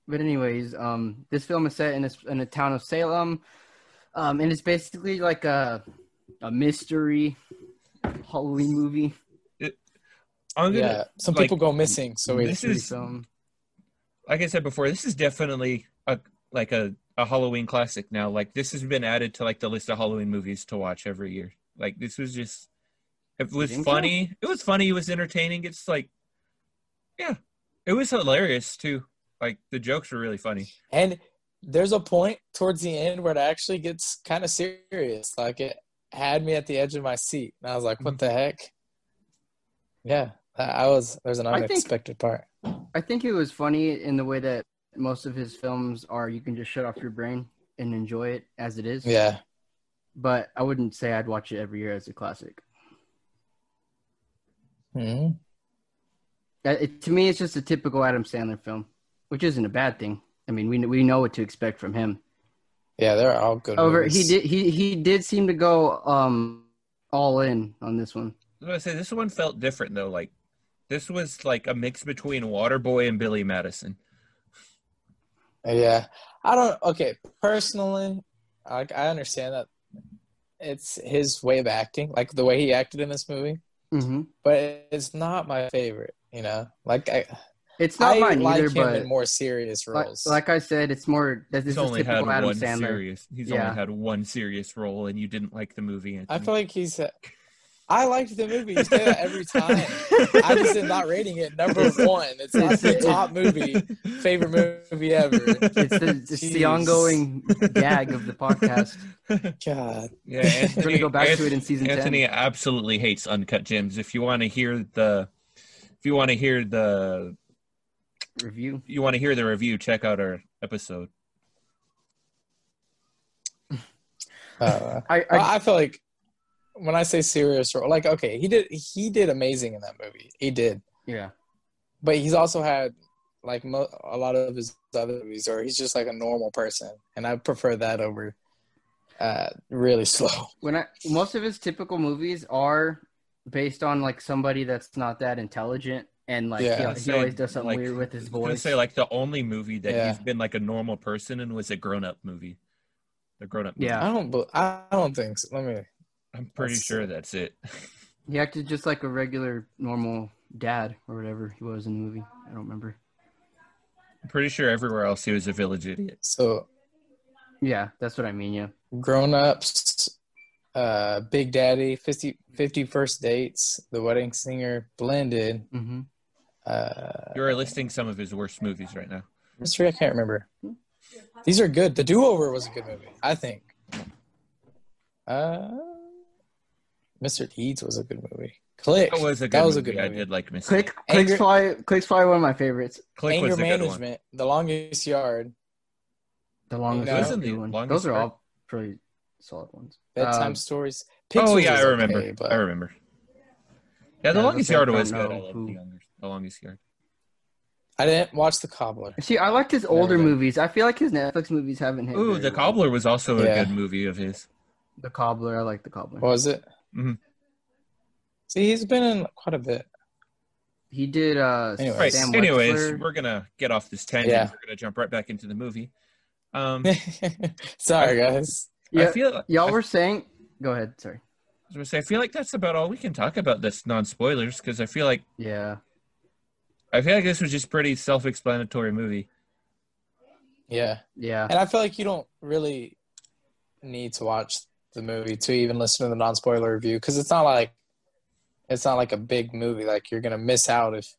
Speaker 1: But anyways, um, this film is set in a, in a town of Salem, um, and it's basically like a a mystery Halloween movie.
Speaker 3: I'm gonna,
Speaker 2: yeah. Some
Speaker 3: like,
Speaker 2: people go missing, so we
Speaker 3: this
Speaker 1: mystery
Speaker 3: is-
Speaker 1: film.
Speaker 3: like I said before, this is definitely a like a, a Halloween classic now. Like this has been added to like the list of Halloween movies to watch every year. Like this was just it was
Speaker 1: think so?
Speaker 3: funny. It was funny, it was entertaining. It's like yeah. It was hilarious too. Like the jokes were really funny.
Speaker 2: and there's a point towards the end where it actually gets kind of serious. Like it had me at the edge of my seat, and I was like,
Speaker 1: Mm-hmm.
Speaker 2: "What the heck?" Yeah, I I was. There's an
Speaker 1: I think-
Speaker 2: unexpected part.
Speaker 1: I think it was funny in the way that most of his films are. You can just shut off your brain and enjoy it as it is.
Speaker 2: Yeah.
Speaker 1: But I wouldn't say I'd watch it every year as a classic.
Speaker 2: hmm
Speaker 1: Uh, It, to me, it's just a typical Adam Sandler film, which isn't a bad thing. I mean, we kn- we know what to expect from him.
Speaker 2: Yeah, they're all good.
Speaker 1: However, he
Speaker 2: movies.
Speaker 1: did he he did seem to go um all in on this one.
Speaker 3: I was gonna say this one felt different though. Like this was like a mix between Waterboy and Billy Madison.
Speaker 2: Yeah, I don't. Okay, personally, like I understand that it's his way of acting, like the way he acted in this movie, Mm-hmm.
Speaker 1: hmm
Speaker 2: but it's not my favorite. You know, like I,
Speaker 1: It's not
Speaker 2: I
Speaker 1: mine
Speaker 2: like
Speaker 1: either,
Speaker 2: him
Speaker 1: but
Speaker 2: in more serious
Speaker 1: like,
Speaker 2: roles.
Speaker 1: like I said, it's more. This
Speaker 3: He's
Speaker 1: is
Speaker 3: only had
Speaker 1: typical Adam
Speaker 3: one
Speaker 1: Sandler.
Speaker 3: serious. He's
Speaker 1: Yeah.
Speaker 3: only had one serious role, and you didn't like the movie.
Speaker 2: I
Speaker 3: Anthony.
Speaker 2: feel like he's. I liked the movie. You say that every time. I just am not rating it number one. It's not the top movie, favorite movie ever.
Speaker 1: It's the, it's the
Speaker 2: Jeez.
Speaker 1: ongoing gag of the podcast.
Speaker 2: God,
Speaker 3: Yeah,
Speaker 2: We're
Speaker 3: Anthony,
Speaker 1: We're gonna go back to it in season
Speaker 3: Anthony absolutely hates uncut gems. If you want to hear the, if you want to hear the,
Speaker 1: ten review.
Speaker 3: you want to hear the review, check out our episode.
Speaker 2: Uh,
Speaker 1: I, I,
Speaker 2: Well, I feel like when I say serious role, like okay, he did he did amazing in that movie. He did,
Speaker 1: yeah,
Speaker 2: but he's also had like mo- a lot of his other movies, or he's just like a normal person, and I prefer that over uh, really slow.
Speaker 1: when I most of his typical movies are based on like somebody that's not that intelligent and like
Speaker 2: Yeah.
Speaker 1: he-
Speaker 3: I'd
Speaker 1: he,
Speaker 3: say,
Speaker 1: always does something
Speaker 3: like,
Speaker 1: weird with his
Speaker 3: I was gonna
Speaker 1: voice.
Speaker 3: say like the only movie that
Speaker 2: Yeah.
Speaker 3: he's been like a normal person in was a grown up movie. The grown up.
Speaker 1: Yeah.
Speaker 2: I don't, bel- I don't think. So. Let me.
Speaker 3: I'm pretty
Speaker 2: That's-
Speaker 3: sure that's it.
Speaker 1: he acted just like a regular normal dad or whatever he was in the movie. I don't remember.
Speaker 3: I'm pretty sure everywhere else he was a village idiot.
Speaker 2: So
Speaker 1: Yeah, that's what I mean. Yeah,
Speaker 2: grown ups, uh, Big Daddy, 50, 50 First Dates, The Wedding Singer, Blended.
Speaker 1: hmm
Speaker 2: Uh,
Speaker 3: You are listing some of his worst movies right now.
Speaker 2: Mystery, I can't remember. These are good. The Do Over was a good movie, I think. Uh, Mr. Deeds was a good movie. Click.
Speaker 3: That was a good.
Speaker 2: that was a
Speaker 3: movie.
Speaker 2: good
Speaker 3: I
Speaker 2: movie.
Speaker 3: did like Miss
Speaker 1: click,
Speaker 2: Anger-
Speaker 1: clicks fly, clicks fly. One of my favorites.
Speaker 3: Click
Speaker 2: Anger
Speaker 3: was a good one.
Speaker 2: Management, The Longest Yard,
Speaker 1: The longest,
Speaker 2: No.
Speaker 1: Yard,
Speaker 2: Isn't
Speaker 3: the
Speaker 1: good one.
Speaker 3: Longest
Speaker 1: Those are
Speaker 3: Yard-
Speaker 1: all pretty solid ones.
Speaker 2: Bedtime
Speaker 1: Um,
Speaker 2: Stories.
Speaker 3: oh
Speaker 2: Pixels
Speaker 3: yeah, I
Speaker 2: was
Speaker 3: remember.
Speaker 2: okay, but
Speaker 3: I remember. Yeah, the
Speaker 1: Yeah,
Speaker 3: longest
Speaker 1: those I
Speaker 3: yard
Speaker 1: don't
Speaker 3: was good. I
Speaker 1: know
Speaker 3: love
Speaker 1: who-
Speaker 3: the longest. The longest yard.
Speaker 2: I didn't watch The Cobbler.
Speaker 1: See, I liked his older
Speaker 2: did.
Speaker 1: movies. I feel like his Netflix movies haven't hit.
Speaker 3: Ooh,
Speaker 1: very
Speaker 3: the
Speaker 1: well.
Speaker 3: cobbler was also
Speaker 2: Yeah.
Speaker 3: a good movie of his.
Speaker 1: The cobbler. I like the cobbler.
Speaker 2: What was it?
Speaker 3: Mhm.
Speaker 2: See, he's been in quite a bit.
Speaker 1: he did. uh
Speaker 2: Anyways.
Speaker 3: Right.
Speaker 1: Sam
Speaker 3: Anyways,
Speaker 1: Wexler.
Speaker 3: we're gonna get off this tangent.
Speaker 2: Yeah.
Speaker 3: We're gonna jump right back into the movie. Um,
Speaker 2: Sorry, guys.
Speaker 3: I
Speaker 1: Yeah,
Speaker 3: feel
Speaker 1: y'all
Speaker 3: I-
Speaker 1: were saying. Go ahead. Sorry.
Speaker 3: I was gonna say, I feel like that's about all we can talk about that's non spoilers because I feel like
Speaker 1: Yeah.
Speaker 3: I feel like this was just pretty self explanatory movie.
Speaker 2: Yeah.
Speaker 1: Yeah.
Speaker 2: And I feel like you don't really need to watch the movie to even listen to the non spoiler review because it's not like it's not like a big movie. Like you're gonna miss out if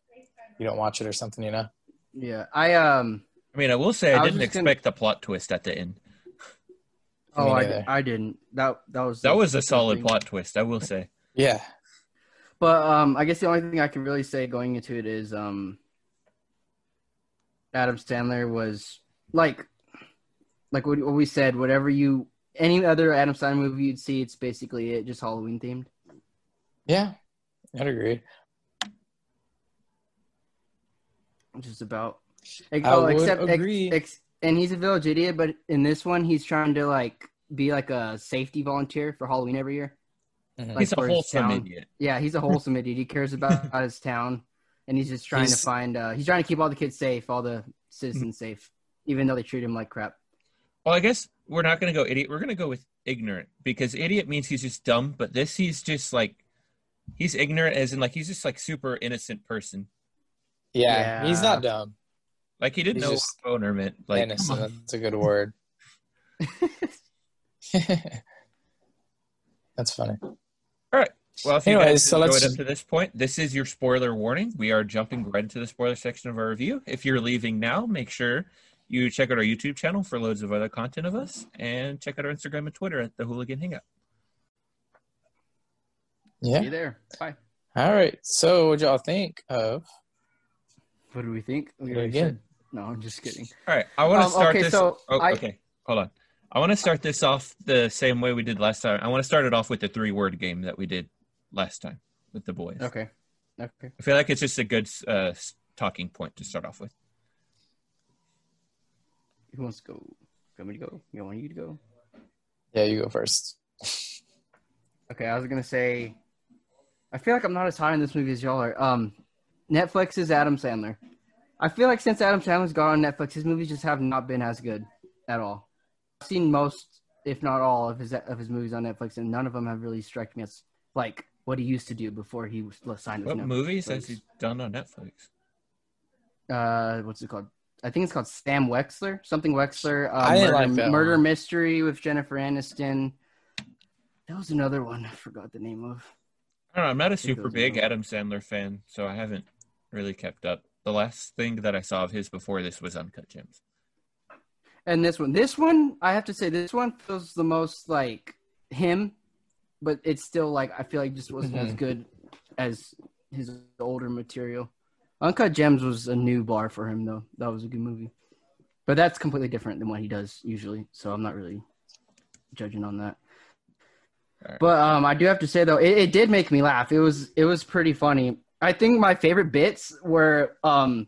Speaker 2: you don't watch it or something, you know?
Speaker 1: Yeah. I um.
Speaker 3: I mean, I will say
Speaker 1: I
Speaker 3: I,
Speaker 1: was
Speaker 3: didn't
Speaker 1: just gonna-
Speaker 3: expect the plot twist at the end.
Speaker 1: Oh, I,
Speaker 2: neither.
Speaker 1: I didn't. That that was
Speaker 3: That
Speaker 1: the-
Speaker 3: was a
Speaker 1: the
Speaker 3: solid
Speaker 1: thing.
Speaker 3: plot twist, I will say.
Speaker 2: Yeah.
Speaker 1: But um, I guess the only thing I can really say going into it is um, Adam Sandler was like, like what, what we said. Whatever you any other Adam Sandler movie you'd see, it's basically it, just Halloween themed.
Speaker 2: Yeah. I'd agree.
Speaker 1: Just about. Like,
Speaker 2: I
Speaker 1: oh,
Speaker 2: would
Speaker 1: except ex-
Speaker 2: agree.
Speaker 1: ex- and he's a village idiot, but in this one, he's trying to like be like a safety volunteer for Halloween every year. Like
Speaker 2: Mhm.
Speaker 3: Mm-hmm. He's a
Speaker 1: for his
Speaker 3: wholesome
Speaker 1: town.
Speaker 3: idiot.
Speaker 1: Yeah, he's a wholesome idiot. He cares about, about his town, and he's just trying
Speaker 2: He's- Mm.
Speaker 1: to find. Uh, he's trying to keep all the kids safe, all the citizens safe, even though they treat him like crap.
Speaker 3: Well, I guess we're not going to go idiot. We're going to go with ignorant because idiot means he's just dumb. But this, he's just like he's ignorant, as in like he's just like super innocent person.
Speaker 2: Yeah.
Speaker 1: Yeah.
Speaker 2: He's not dumb.
Speaker 3: Like he didn't
Speaker 2: He's
Speaker 3: know what
Speaker 2: just
Speaker 3: a boner meant. Like come
Speaker 2: Innocent.
Speaker 3: on.
Speaker 2: That's a good word. That's funny.
Speaker 3: well, if you
Speaker 2: Anyways,
Speaker 3: guys
Speaker 2: so
Speaker 3: enjoyed
Speaker 2: let's-
Speaker 3: up to this point, this is your spoiler warning. We are jumping right into the spoiler section of our review. If you're leaving now, make sure you check out our YouTube channel for loads of other content of us, and check out our Instagram and Twitter at the Hooligan Hangout.
Speaker 1: See
Speaker 2: Yeah.
Speaker 1: you there. Bye.
Speaker 2: All right. So what y'all think of
Speaker 1: What do we think? We
Speaker 2: Yeah,
Speaker 1: already
Speaker 2: again.
Speaker 1: said- No, I'm just kidding.
Speaker 3: All right, I want to
Speaker 1: Um,
Speaker 3: start
Speaker 1: okay,
Speaker 3: this.
Speaker 1: so
Speaker 3: oh,
Speaker 1: I-
Speaker 3: okay, hold on. I want to start this off the same way we did last time. I want to start it off with the three-word game that we did last time with the boys.
Speaker 1: Okay. Okay.
Speaker 3: I feel like it's just a good uh, s- talking point to start off with.
Speaker 1: Who wants to go? You want me to go? You want you to go?
Speaker 2: Yeah, you go first.
Speaker 1: Okay, I was gonna say. I feel like I'm not as high in this movie as y'all are. Um, Netflix's Adam Sandler. I feel like since Adam Sandler's gone on Netflix, his movies just have not been as good at all. I've seen most, if not all, of his of his movies on Netflix, and none of them have really struck me as like what he used to do before he was signed with
Speaker 3: What
Speaker 1: Netflix.
Speaker 3: movies has he done on Netflix?
Speaker 1: uh what's it called? I think it's called Sam Wexler, something Wexler. Uh,
Speaker 2: I didn't
Speaker 1: murder,
Speaker 2: like that
Speaker 1: murder
Speaker 2: one.
Speaker 1: mystery with Jennifer Aniston. That was another one I forgot the name of.
Speaker 3: I don't know. I'm not a
Speaker 1: think
Speaker 3: super
Speaker 1: those are
Speaker 3: big
Speaker 1: mine.
Speaker 3: Adam Sandler fan, so I haven't really kept up. The last thing that I saw of his before this was Uncut Gems.
Speaker 1: And this one, this one, I have to say, this one feels the most like him, but it's still like I feel like just wasn't as good as his older material. Uncut Gems was a new bar for him, though. That was a good movie, but that's completely different than what he does usually. So I'm not really judging on that.
Speaker 3: Alright.
Speaker 1: But um, I do have to say though, it, it did make me laugh. It was it was pretty funny. I think my favorite bits were um,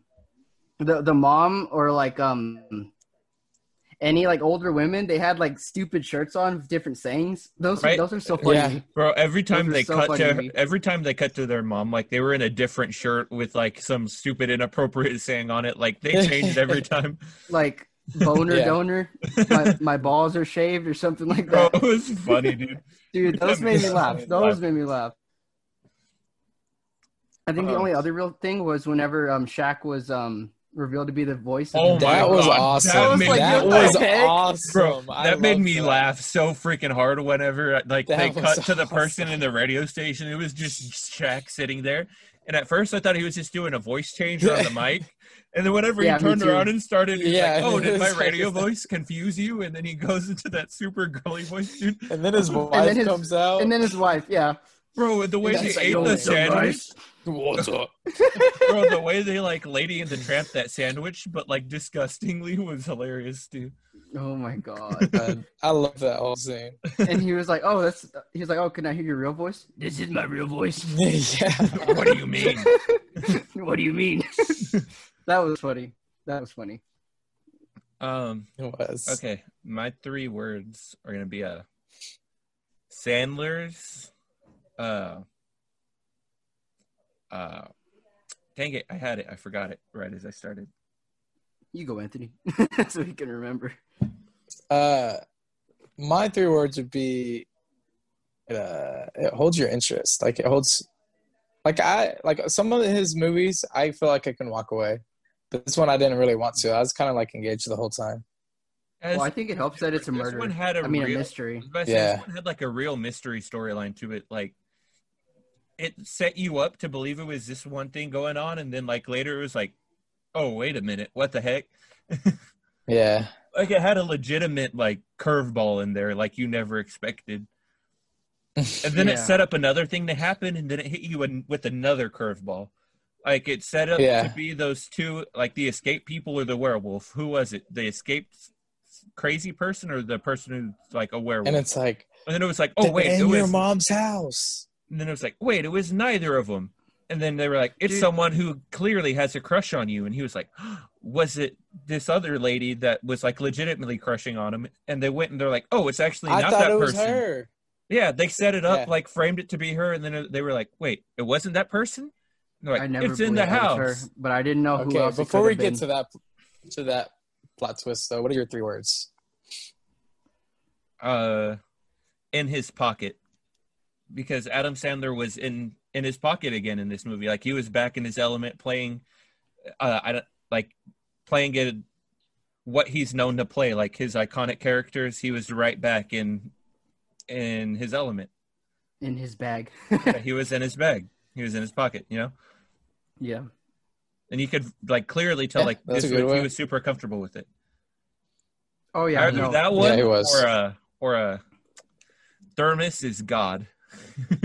Speaker 1: the the mom or like um any like older women. They had like stupid shirts on with different sayings. Those
Speaker 3: Right.
Speaker 1: those are so funny.
Speaker 2: Yeah.
Speaker 3: Bro, every time
Speaker 1: are
Speaker 3: they
Speaker 1: so
Speaker 3: cut
Speaker 1: funny
Speaker 3: to
Speaker 1: to me.
Speaker 3: every time they cut to their mom, like they were in a different shirt with like some stupid inappropriate saying on it. Like they changed every time.
Speaker 1: Like boner
Speaker 2: Yeah.
Speaker 1: donor, my, my balls are shaved or something like
Speaker 3: Bro,
Speaker 1: that.
Speaker 3: it was funny, dude.
Speaker 1: Dude, those
Speaker 3: That
Speaker 1: made me
Speaker 3: made
Speaker 1: laugh.
Speaker 3: me
Speaker 1: Those
Speaker 3: laugh.
Speaker 1: made me laugh. I think the
Speaker 3: Uh-oh.
Speaker 1: only other real thing was whenever um Shaq was um revealed to be the voice.
Speaker 3: Oh
Speaker 1: of the
Speaker 3: my
Speaker 2: that was
Speaker 3: God, that
Speaker 2: awesome.
Speaker 3: made
Speaker 2: That,
Speaker 3: me
Speaker 2: was
Speaker 1: laugh.
Speaker 2: awesome.
Speaker 3: Bro,
Speaker 2: I
Speaker 3: that made
Speaker 2: loved
Speaker 3: me
Speaker 2: that.
Speaker 3: laugh so freaking hard whenever uh, like
Speaker 2: That
Speaker 3: they
Speaker 2: was
Speaker 3: cut to the person
Speaker 2: awesome.
Speaker 3: in the radio station. It was just Shaq sitting there. And at first I thought he was just doing a voice change on the mic. And then whenever
Speaker 1: Yeah,
Speaker 3: he
Speaker 1: me
Speaker 3: turned
Speaker 1: too.
Speaker 3: around and started, he's
Speaker 2: Yeah,
Speaker 3: like, Oh, did my
Speaker 2: it's like-
Speaker 3: radio voice confuse you? And then he goes into that super girly voice, dude.
Speaker 2: And then his wife
Speaker 1: his-
Speaker 2: comes out.
Speaker 1: and then his wife, yeah.
Speaker 3: Bro, the way
Speaker 2: That's
Speaker 3: they
Speaker 2: like "Oh,
Speaker 3: ate
Speaker 2: only
Speaker 3: the
Speaker 2: the
Speaker 3: sandwich.
Speaker 2: What's up?
Speaker 3: Bro, the way they like Lady in the Tramp that sandwich, but like disgustingly was hilarious, dude.
Speaker 1: Oh my god.
Speaker 2: And I love that whole scene.
Speaker 1: and he was like, "Oh, that's." He was like, "Oh, can I hear your real voice?" This is my real voice.
Speaker 2: yeah.
Speaker 3: What do you mean?
Speaker 1: what do you mean? that was funny. That was funny.
Speaker 3: Um,
Speaker 2: It was.
Speaker 3: okay, my three words are gonna be uh Sandler's uh uh dang it, I had it, I forgot it right as I started.
Speaker 1: You go, Anthony, so he can remember.
Speaker 2: Uh, my three words would be uh, it holds your interest. Like it holds, like I like some of his movies. I feel like I can walk away, but this one I didn't really want to. I was kind of like engaged the whole time.
Speaker 3: As-
Speaker 1: well, I think it helps that it's a
Speaker 3: this
Speaker 1: murder.
Speaker 3: one had a
Speaker 1: I mean,
Speaker 3: real-
Speaker 1: a mystery.
Speaker 3: But yeah.
Speaker 2: Yeah.
Speaker 3: this one had like a real mystery storyline to it. Like it set you up to believe it was this one thing going on, and then like later it was like, oh wait a minute, what the heck?
Speaker 2: Yeah,
Speaker 3: Like it had a legitimate like curveball in there, like you never expected. And then
Speaker 1: Yeah.
Speaker 3: it set up another thing to happen, and then it hit you in, with another curveball. Like it set up
Speaker 2: Yeah.
Speaker 3: to be those two, like the escaped people or the werewolf. Who was it? The escaped crazy person or the person who's like a werewolf?
Speaker 2: and it's like
Speaker 3: And then it was like, oh wait,
Speaker 2: in
Speaker 3: it
Speaker 2: your
Speaker 3: was
Speaker 2: mom's house.
Speaker 3: And then it was like, wait, it was neither of them. And then they were like, it's
Speaker 1: Dude.
Speaker 3: someone who clearly has a crush on you. And he was like, was it this other lady that was like legitimately crushing on him? And they went and they're like, oh, it's actually
Speaker 2: I
Speaker 3: not
Speaker 2: thought
Speaker 3: that
Speaker 2: it was
Speaker 3: person.
Speaker 2: her.
Speaker 3: Yeah, they set it up,
Speaker 2: Yeah.
Speaker 3: like framed it to be her. And then it- they were like, wait, it wasn't that person? And they're like,
Speaker 1: I never.
Speaker 3: it's in the
Speaker 1: believed that was
Speaker 3: house.
Speaker 1: her, but I didn't know who
Speaker 2: Okay,
Speaker 1: else. it
Speaker 2: before
Speaker 1: could
Speaker 2: we
Speaker 1: have
Speaker 2: get
Speaker 1: been.
Speaker 2: to that to that plot twist, though, what are your three words?
Speaker 3: uh, in his pocket because Adam Sandler was in in his pocket again in this movie. Like he was back in his element, playing. Uh, I don't like playing it what he's known to play, like his iconic characters. He was right back in in his element.
Speaker 1: in his bag.
Speaker 3: he was in his bag. He was in his pocket. You know,
Speaker 1: yeah.
Speaker 3: and you could like clearly tell
Speaker 2: Yeah,
Speaker 3: like
Speaker 2: that's
Speaker 3: this
Speaker 2: a good
Speaker 3: was, he
Speaker 2: way.
Speaker 3: was super comfortable with it.
Speaker 1: Oh yeah.
Speaker 3: Either
Speaker 1: No.
Speaker 3: that one
Speaker 2: he was.
Speaker 3: or a or a thermos is God.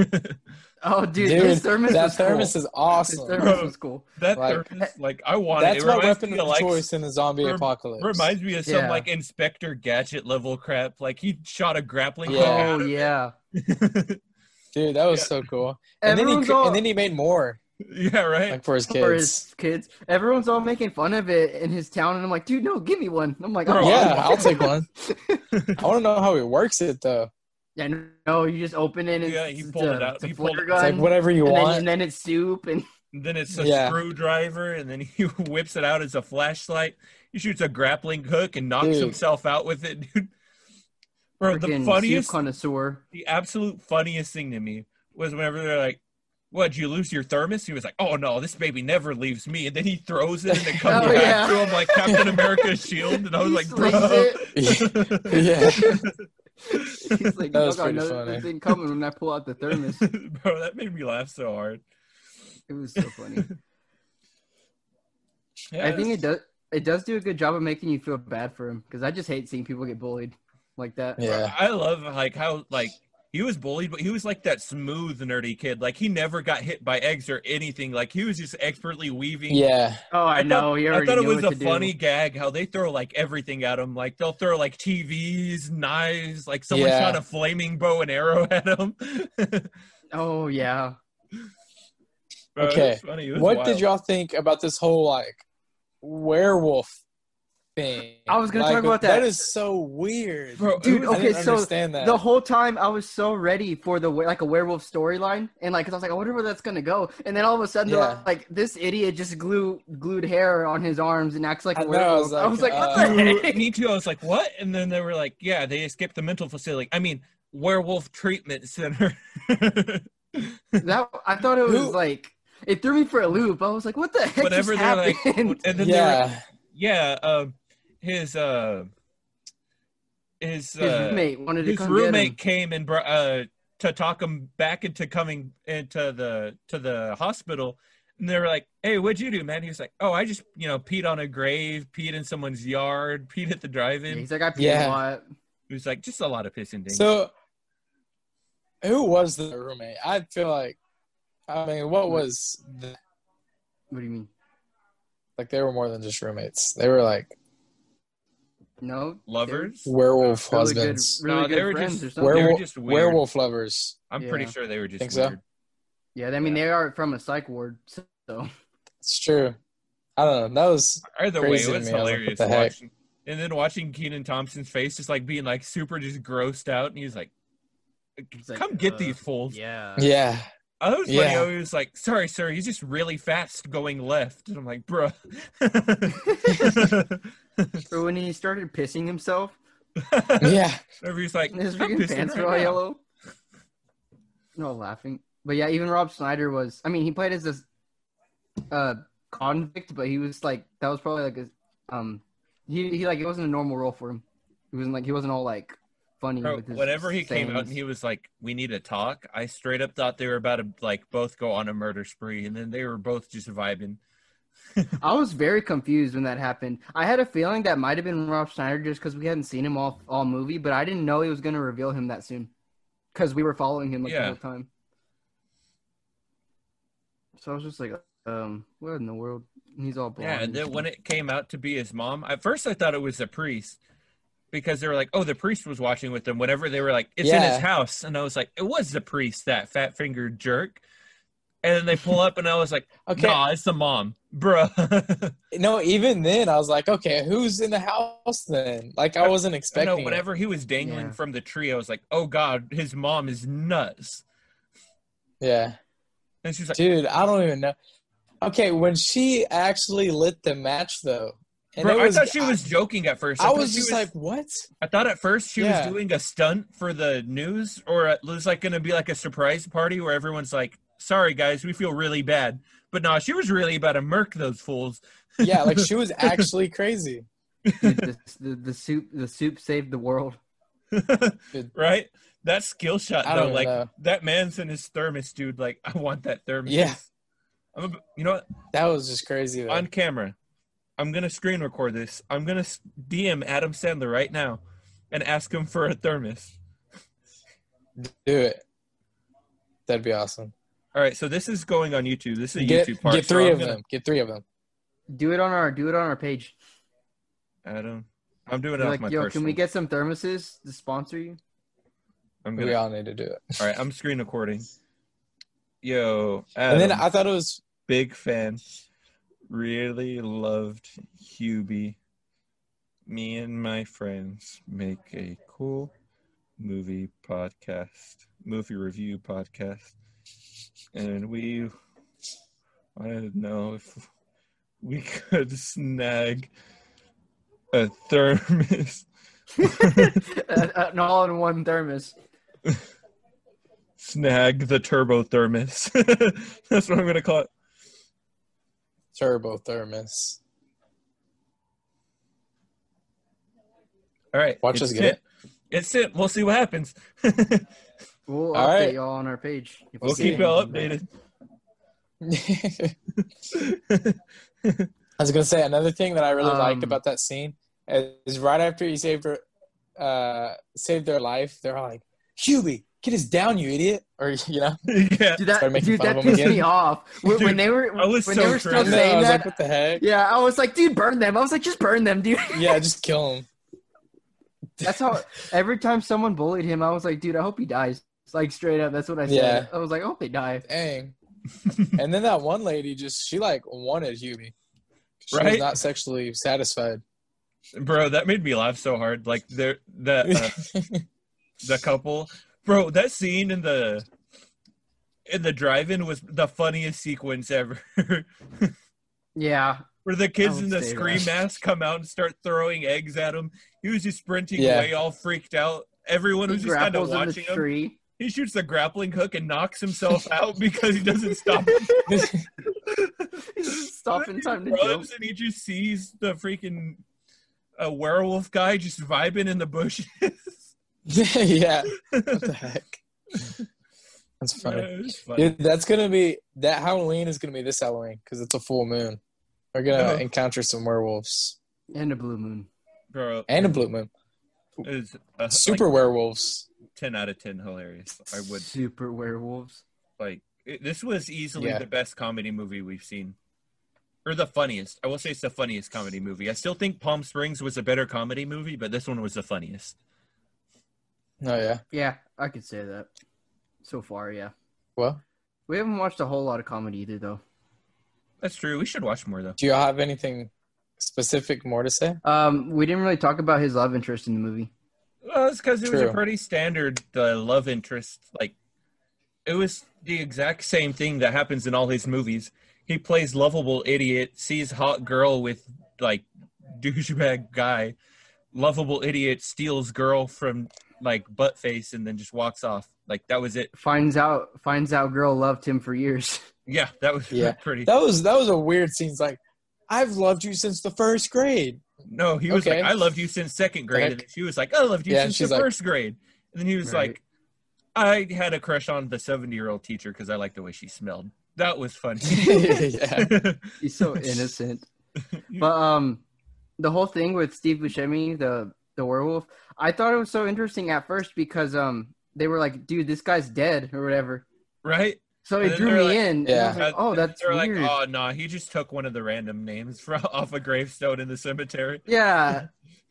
Speaker 1: oh, dude,
Speaker 2: Dude,
Speaker 1: his thermos
Speaker 2: that
Speaker 1: was
Speaker 2: thermos
Speaker 1: cool.
Speaker 2: is
Speaker 1: His
Speaker 2: awesome.
Speaker 1: thermos was cool.
Speaker 3: That
Speaker 2: Like-
Speaker 3: thermos, like I want
Speaker 2: That's
Speaker 3: it. it
Speaker 2: my
Speaker 3: reminds
Speaker 2: weapon
Speaker 3: me
Speaker 2: of
Speaker 3: of, like,
Speaker 2: choice in the zombie
Speaker 3: rem-
Speaker 2: apocalypse.
Speaker 3: Reminds me of some
Speaker 1: Yeah.
Speaker 3: like Inspector Gadget level crap. Like he shot a grappling hook.
Speaker 2: Yeah.
Speaker 3: out
Speaker 1: Oh
Speaker 3: of it.
Speaker 1: yeah.
Speaker 2: Dude, that was
Speaker 3: Yeah.
Speaker 2: so cool. And then, he,
Speaker 1: Everyone's
Speaker 2: cr-
Speaker 1: all
Speaker 2: and then he made more
Speaker 3: yeah, right.
Speaker 2: like for his kids.
Speaker 1: for his kids. Everyone's all making fun of it in his town, and I'm like, dude, no, give me one. I'm like,
Speaker 3: Bro,
Speaker 1: oh,
Speaker 2: yeah, I'll take one. I want to know how he works it though.
Speaker 1: yeah, no, you just open it. And
Speaker 3: Yeah, he
Speaker 1: it's
Speaker 3: pulled it
Speaker 1: a-
Speaker 3: out.
Speaker 1: It's a
Speaker 3: He pulled
Speaker 1: flare
Speaker 3: it
Speaker 2: It's
Speaker 1: gun,
Speaker 2: like whatever you
Speaker 1: and, then,
Speaker 2: want.
Speaker 1: and then it's soup, and
Speaker 3: Then it's a
Speaker 2: Yeah.
Speaker 3: screwdriver, and then he whips it out as a flashlight. He shoots a grappling hook and knocks
Speaker 2: Dude. himself
Speaker 3: himself out with it, dude. Bro,
Speaker 1: Freaking
Speaker 3: the
Speaker 1: soup
Speaker 3: funniest
Speaker 1: connoisseur.
Speaker 3: the absolute funniest thing to me was whenever they're like, "What? Did you lose your thermos?" He was like, "Oh no, this baby never leaves me." And then he throws it and it comes
Speaker 1: Oh,
Speaker 3: back
Speaker 1: yeah.
Speaker 3: to him like Captain America's shield. And I was
Speaker 1: He
Speaker 3: like,
Speaker 1: slings
Speaker 3: "Bro."
Speaker 2: yeah.
Speaker 1: He's like,
Speaker 2: That was
Speaker 1: "Look, I
Speaker 2: pretty
Speaker 1: know
Speaker 2: funny.
Speaker 1: this thing coming when I pull out the thermos.
Speaker 3: Bro, that made me laugh so hard.
Speaker 1: It was so funny.
Speaker 3: Yeah,
Speaker 1: I think it
Speaker 3: it's-
Speaker 1: does. It does do a good job of making you feel bad for him because I just hate seeing people get bullied like that.
Speaker 2: Yeah.
Speaker 3: I love like how like he was bullied, but he was like that smooth nerdy kid. Like he never got hit by eggs or anything. Like he was just expertly weaving
Speaker 2: Yeah.
Speaker 1: Oh, I,
Speaker 3: I
Speaker 1: know.
Speaker 3: Thought,
Speaker 1: you
Speaker 3: I
Speaker 1: already
Speaker 3: thought it
Speaker 1: knew
Speaker 3: was
Speaker 1: what
Speaker 3: a
Speaker 1: to do.
Speaker 3: funny gag how they throw like everything at him. Like they'll throw like TVs, knives, like someone
Speaker 2: Yeah.
Speaker 3: shot a flaming bow and arrow at him.
Speaker 1: Oh yeah.
Speaker 3: Bro, it was
Speaker 2: Okay.
Speaker 3: funny. It was
Speaker 2: What
Speaker 3: wild.
Speaker 2: did y'all think about this whole like werewolf thing?
Speaker 1: I was gonna
Speaker 2: Like,
Speaker 1: talk about that.
Speaker 2: That is so weird,
Speaker 3: Bro, it
Speaker 1: Dude,
Speaker 3: was-
Speaker 2: I
Speaker 1: okay,
Speaker 2: didn't
Speaker 1: so
Speaker 2: understand that.
Speaker 1: The whole time I was so ready for the we- like a werewolf storyline, and like 'cause I was like, I wonder where that's gonna go. And then all of a sudden, they're
Speaker 2: Yeah.
Speaker 1: like this idiot just glue glued hair on his arms and acts like a
Speaker 2: I know, I was
Speaker 1: werewolf. I was like,
Speaker 2: like,
Speaker 1: what
Speaker 3: uh,
Speaker 1: the heck?
Speaker 3: Me too. I was like, what? And then they were like, yeah, they escaped the mental facility. I mean, werewolf treatment center.
Speaker 1: That I thought it was
Speaker 2: Who-
Speaker 1: like it threw me for a loop. I was like, what the heck
Speaker 3: Whatever
Speaker 1: just
Speaker 3: they're like,
Speaker 1: happened?
Speaker 3: and then they were
Speaker 2: yeah,
Speaker 3: yeah, um, his uh, his
Speaker 1: his
Speaker 3: uh,
Speaker 1: roommate wanted to
Speaker 3: his
Speaker 1: come
Speaker 3: roommate
Speaker 1: get him.
Speaker 3: came and brought, uh, to talk him back into coming into the to the hospital, and they were like, "Hey, what'd you do, man?" He was like, "Oh, I just you know peed on a grave, peed in someone's yard, peed at the
Speaker 1: Yeah,
Speaker 3: drive-in."
Speaker 1: he's like, I peed
Speaker 2: Yeah.
Speaker 1: a lot.
Speaker 3: He was like, "Just a lot of pissing." Things.
Speaker 2: So, who was the roommate? I feel like, I mean, what was the,
Speaker 1: What do you mean?
Speaker 2: like? They were more than just roommates. They were like
Speaker 1: No, they were
Speaker 3: lovers.
Speaker 2: werewolf
Speaker 1: Really
Speaker 2: husbands,
Speaker 1: good, really
Speaker 3: No, they
Speaker 1: good
Speaker 3: were
Speaker 1: friends
Speaker 3: just-
Speaker 1: or something.
Speaker 3: were
Speaker 2: werewolf,
Speaker 3: just weird.
Speaker 2: werewolf lovers.
Speaker 3: I'm pretty
Speaker 1: Yeah.
Speaker 3: sure they were just
Speaker 2: Think so?
Speaker 3: weird.
Speaker 1: yeah, I mean, they are from a psych ward. So
Speaker 2: It's true. I don't know. That was
Speaker 3: Either
Speaker 2: Crazy
Speaker 3: way,
Speaker 2: to
Speaker 3: it was
Speaker 2: me. I was like,
Speaker 3: hilarious
Speaker 2: what the heck?
Speaker 3: watching. And then watching Keenan Thompson's face, just like being like super, just grossed out, and he's like,
Speaker 1: He's like,
Speaker 3: "Come get
Speaker 1: uh,
Speaker 3: these fools."
Speaker 1: yeah,
Speaker 2: yeah.
Speaker 3: I was funny.
Speaker 2: Yeah.
Speaker 3: I was like, "Sorry, sir, he's just really fast going left," and I'm like, "Bruh."
Speaker 1: Or when he started pissing himself,
Speaker 2: Yeah.
Speaker 3: Whenever he's like,
Speaker 1: and his
Speaker 3: "I'm
Speaker 1: freaking
Speaker 3: pissing
Speaker 1: pants
Speaker 3: right
Speaker 1: were all
Speaker 3: now."
Speaker 1: yellow. No laughing, but yeah, even Rob Snyder was. I mean, he played as this uh, convict, but he was like that was probably like his um, he he like it wasn't a normal role for him. He wasn't like he wasn't all like funny.
Speaker 3: Bro,
Speaker 1: with his
Speaker 3: whenever he came out and
Speaker 1: sayings.
Speaker 3: he was like, "We need to talk," I straight up thought they were about to like both go on a murder spree, and then they were both just vibing.
Speaker 1: I was very confused when that happened. I had a feeling that might have been Rob Schneider just because we hadn't seen him all all movie, but I didn't know he was going to reveal him that soon because we were following him like
Speaker 3: Yeah.
Speaker 1: the whole time. So I was just like, um, what in the world? And he's all blind.
Speaker 3: Yeah, and then when it came out to be his mom, at first I thought it was the priest because they were like, "Oh, the priest was watching with them." Whenever they were like, "It's in
Speaker 2: Yeah.
Speaker 3: his house," and I was like, "It was the priest, that fat fingered jerk." And then they pull up, and I was like,
Speaker 2: Okay.
Speaker 3: "Nah, it's the mom, bruh."
Speaker 2: No, even then I was like, okay, who's in the house then? Like I wasn't
Speaker 3: I
Speaker 2: expecting.
Speaker 3: know.
Speaker 2: it.
Speaker 3: Whenever he was dangling
Speaker 1: Yeah.
Speaker 3: from the tree, I was like, "Oh God, his mom is nuts."
Speaker 2: Yeah,
Speaker 3: And she's like,
Speaker 2: dude, I don't even know. Okay, when she actually lit the match though, and
Speaker 3: "Bro,
Speaker 2: it was,
Speaker 3: I thought she was joking at first.
Speaker 2: I, I
Speaker 3: thought
Speaker 2: was
Speaker 3: she
Speaker 2: just like, what?
Speaker 3: I thought at first she
Speaker 2: Yeah.
Speaker 3: was doing a stunt for the news, or it was like going to be like a surprise party where everyone's like, "Sorry guys, we feel really bad," but no, she was really about to murk those fools.
Speaker 2: Yeah, like she was actually crazy.
Speaker 1: Dude, the, the, the soup the soup saved the world.
Speaker 3: right? That skill shot
Speaker 2: I
Speaker 3: though,
Speaker 2: don't
Speaker 3: like
Speaker 2: know.
Speaker 3: that man's in his thermos, dude. Like I want that thermos.
Speaker 2: Yeah.
Speaker 3: I'm. A, you know what?
Speaker 2: That was just crazy. Though.
Speaker 3: On camera, I'm gonna screen record this. I'm gonna s- DM Adam Sandler right now, and ask him for a thermos.
Speaker 2: Do it. That'd be awesome.
Speaker 3: All right, so this is going on YouTube. This is a
Speaker 2: Get,
Speaker 3: YouTube part.
Speaker 2: get
Speaker 3: so
Speaker 2: three
Speaker 3: I'm
Speaker 2: of
Speaker 3: gonna-
Speaker 2: them. Get three of them.
Speaker 1: Do it on our do it on our page.
Speaker 3: Adam, I'm doing it
Speaker 1: Be
Speaker 3: off
Speaker 1: like,
Speaker 3: my
Speaker 1: yo,
Speaker 3: personal.
Speaker 1: can we get some thermoses to sponsor you?
Speaker 3: I'm
Speaker 2: We
Speaker 3: gonna.
Speaker 2: all need to do it.
Speaker 3: All right, I'm screen recording. Yo,
Speaker 2: And
Speaker 3: Adam,
Speaker 2: then I thought it was
Speaker 3: big fan. Really loved Hubie. Me and my friends make a cool movie podcast, movie review podcast, and we I don't know if we could snag a thermos.
Speaker 1: An all-in-one thermos.
Speaker 3: Snag the turbo thermos. That's what I'm gonna call it.
Speaker 2: Turbo thermos.
Speaker 3: All right.
Speaker 2: Watch
Speaker 3: it's
Speaker 2: us get it.
Speaker 3: It's it. We'll see what happens.
Speaker 1: We'll
Speaker 2: All
Speaker 1: update
Speaker 2: right.
Speaker 1: y'all on our page. if we
Speaker 3: we'll
Speaker 1: see
Speaker 3: keep y'all
Speaker 1: anything.
Speaker 3: updated.
Speaker 2: I was gonna say another thing that I really
Speaker 1: Um,
Speaker 2: liked about that scene is right after he saved her, uh, saved their life. They're all like, "Huey, get his down, you idiot!" Or you know,
Speaker 3: yeah.
Speaker 1: Dude, that,
Speaker 2: Start making
Speaker 1: dude,
Speaker 2: fun
Speaker 1: that
Speaker 2: of 'em
Speaker 1: pissed me
Speaker 2: again.
Speaker 1: off. When, when
Speaker 3: Dude,
Speaker 1: they were,
Speaker 3: I
Speaker 1: when
Speaker 3: was
Speaker 1: they
Speaker 3: so
Speaker 1: were still
Speaker 2: I,
Speaker 3: cringe.
Speaker 2: know, I
Speaker 1: saying
Speaker 2: was
Speaker 1: that,
Speaker 2: like, "What the heck?"
Speaker 1: yeah, I was like, dude, burn them. I was like, just burn them, dude.
Speaker 2: Yeah, just kill him.
Speaker 1: That's how every time someone bullied him, I was like, dude, I hope he dies. Like straight up, that's what I said. I was like, I hope they die.
Speaker 2: Dang. and then that one lady just she like wanted Huey. She was
Speaker 3: Right?
Speaker 2: not sexually satisfied.
Speaker 3: Bro, that made me laugh so hard. Like there the uh, the couple. Bro, that scene in the in the drive-in was the funniest sequence ever.
Speaker 1: Yeah,
Speaker 3: Where the kids
Speaker 1: would
Speaker 3: in the
Speaker 1: say
Speaker 3: scream
Speaker 1: that.
Speaker 3: masks come out and start throwing eggs at him. He was just sprinting
Speaker 2: Yeah.
Speaker 3: away, all freaked out. Everyone
Speaker 1: he
Speaker 3: was just kind
Speaker 1: grapples
Speaker 3: of
Speaker 1: in the
Speaker 3: watching him.
Speaker 1: tree.
Speaker 3: He shoots the grappling hook and knocks himself out because he doesn't stop
Speaker 1: He doesn't stop in time
Speaker 3: He
Speaker 1: to jump.
Speaker 3: runs and he just sees the freaking uh, werewolf guy just vibing in the bushes.
Speaker 2: yeah. What the heck? That's funny.
Speaker 3: It was funny.
Speaker 2: Dude, that's gonna be that Halloween is gonna be this Halloween because it's a full moon. We're gonna
Speaker 3: Oh.
Speaker 2: encounter some werewolves
Speaker 1: And a blue moon.
Speaker 3: Bro,
Speaker 2: and a blue moon.
Speaker 3: it was, uh,
Speaker 2: Super
Speaker 3: like,
Speaker 2: werewolves.
Speaker 3: 10 out of 10 hilarious. I would
Speaker 1: Super werewolves.
Speaker 3: like it, this was easily
Speaker 2: Yeah.
Speaker 3: the best comedy movie we've seen. Or the funniest. I will say it's the funniest comedy movie. I still think Palm Springs was a better comedy movie, but this one was the funniest.
Speaker 2: Oh yeah.
Speaker 1: Yeah, I could say that. So far, yeah.
Speaker 2: Well,
Speaker 1: We haven't watched a whole lot of comedy either, though.
Speaker 3: That's true. We should watch more though.
Speaker 2: do y'all have anything specific more to say?
Speaker 1: Um, we didn't really talk about his love interest in the movie.
Speaker 3: Well, it's because it was a
Speaker 2: True.
Speaker 3: pretty standard uh, love interest. Like, it was the exact same thing that happens in all his movies. He plays lovable idiot, sees hot girl with like douchebag guy. Lovable idiot steals girl from like butt face and then just walks off. Like that was it.
Speaker 1: Finds out, finds out, girl loved him for years.
Speaker 3: Yeah, that was
Speaker 2: Yeah.
Speaker 3: pretty.
Speaker 2: That was that was a weird scene. It's like, I've loved you since the first grade.
Speaker 3: No, he was
Speaker 2: Okay.
Speaker 3: like, I loved you since second grade. And
Speaker 2: heck?
Speaker 3: she was like, I loved you
Speaker 2: Yeah,
Speaker 3: since
Speaker 2: she's
Speaker 3: the
Speaker 2: like-
Speaker 3: first grade. And then he was
Speaker 1: Right.
Speaker 3: like, I had a crush on the 70 year old teacher because I liked the way she smelled. That was funny.
Speaker 2: yeah.
Speaker 1: He's so innocent. But um, the whole thing with Steve Buscemi, the the werewolf, I thought it was so interesting at first because um, they were like, dude, this guy's dead or whatever.
Speaker 3: right?
Speaker 1: So
Speaker 3: And
Speaker 1: it
Speaker 3: then
Speaker 1: drew
Speaker 3: they're
Speaker 1: me
Speaker 3: like-
Speaker 1: in.
Speaker 2: Yeah.
Speaker 1: Yeah. oh, that's
Speaker 3: They're like,
Speaker 1: weird.
Speaker 3: oh, nah, he just took one of the random names from off a gravestone in the cemetery.
Speaker 1: yeah.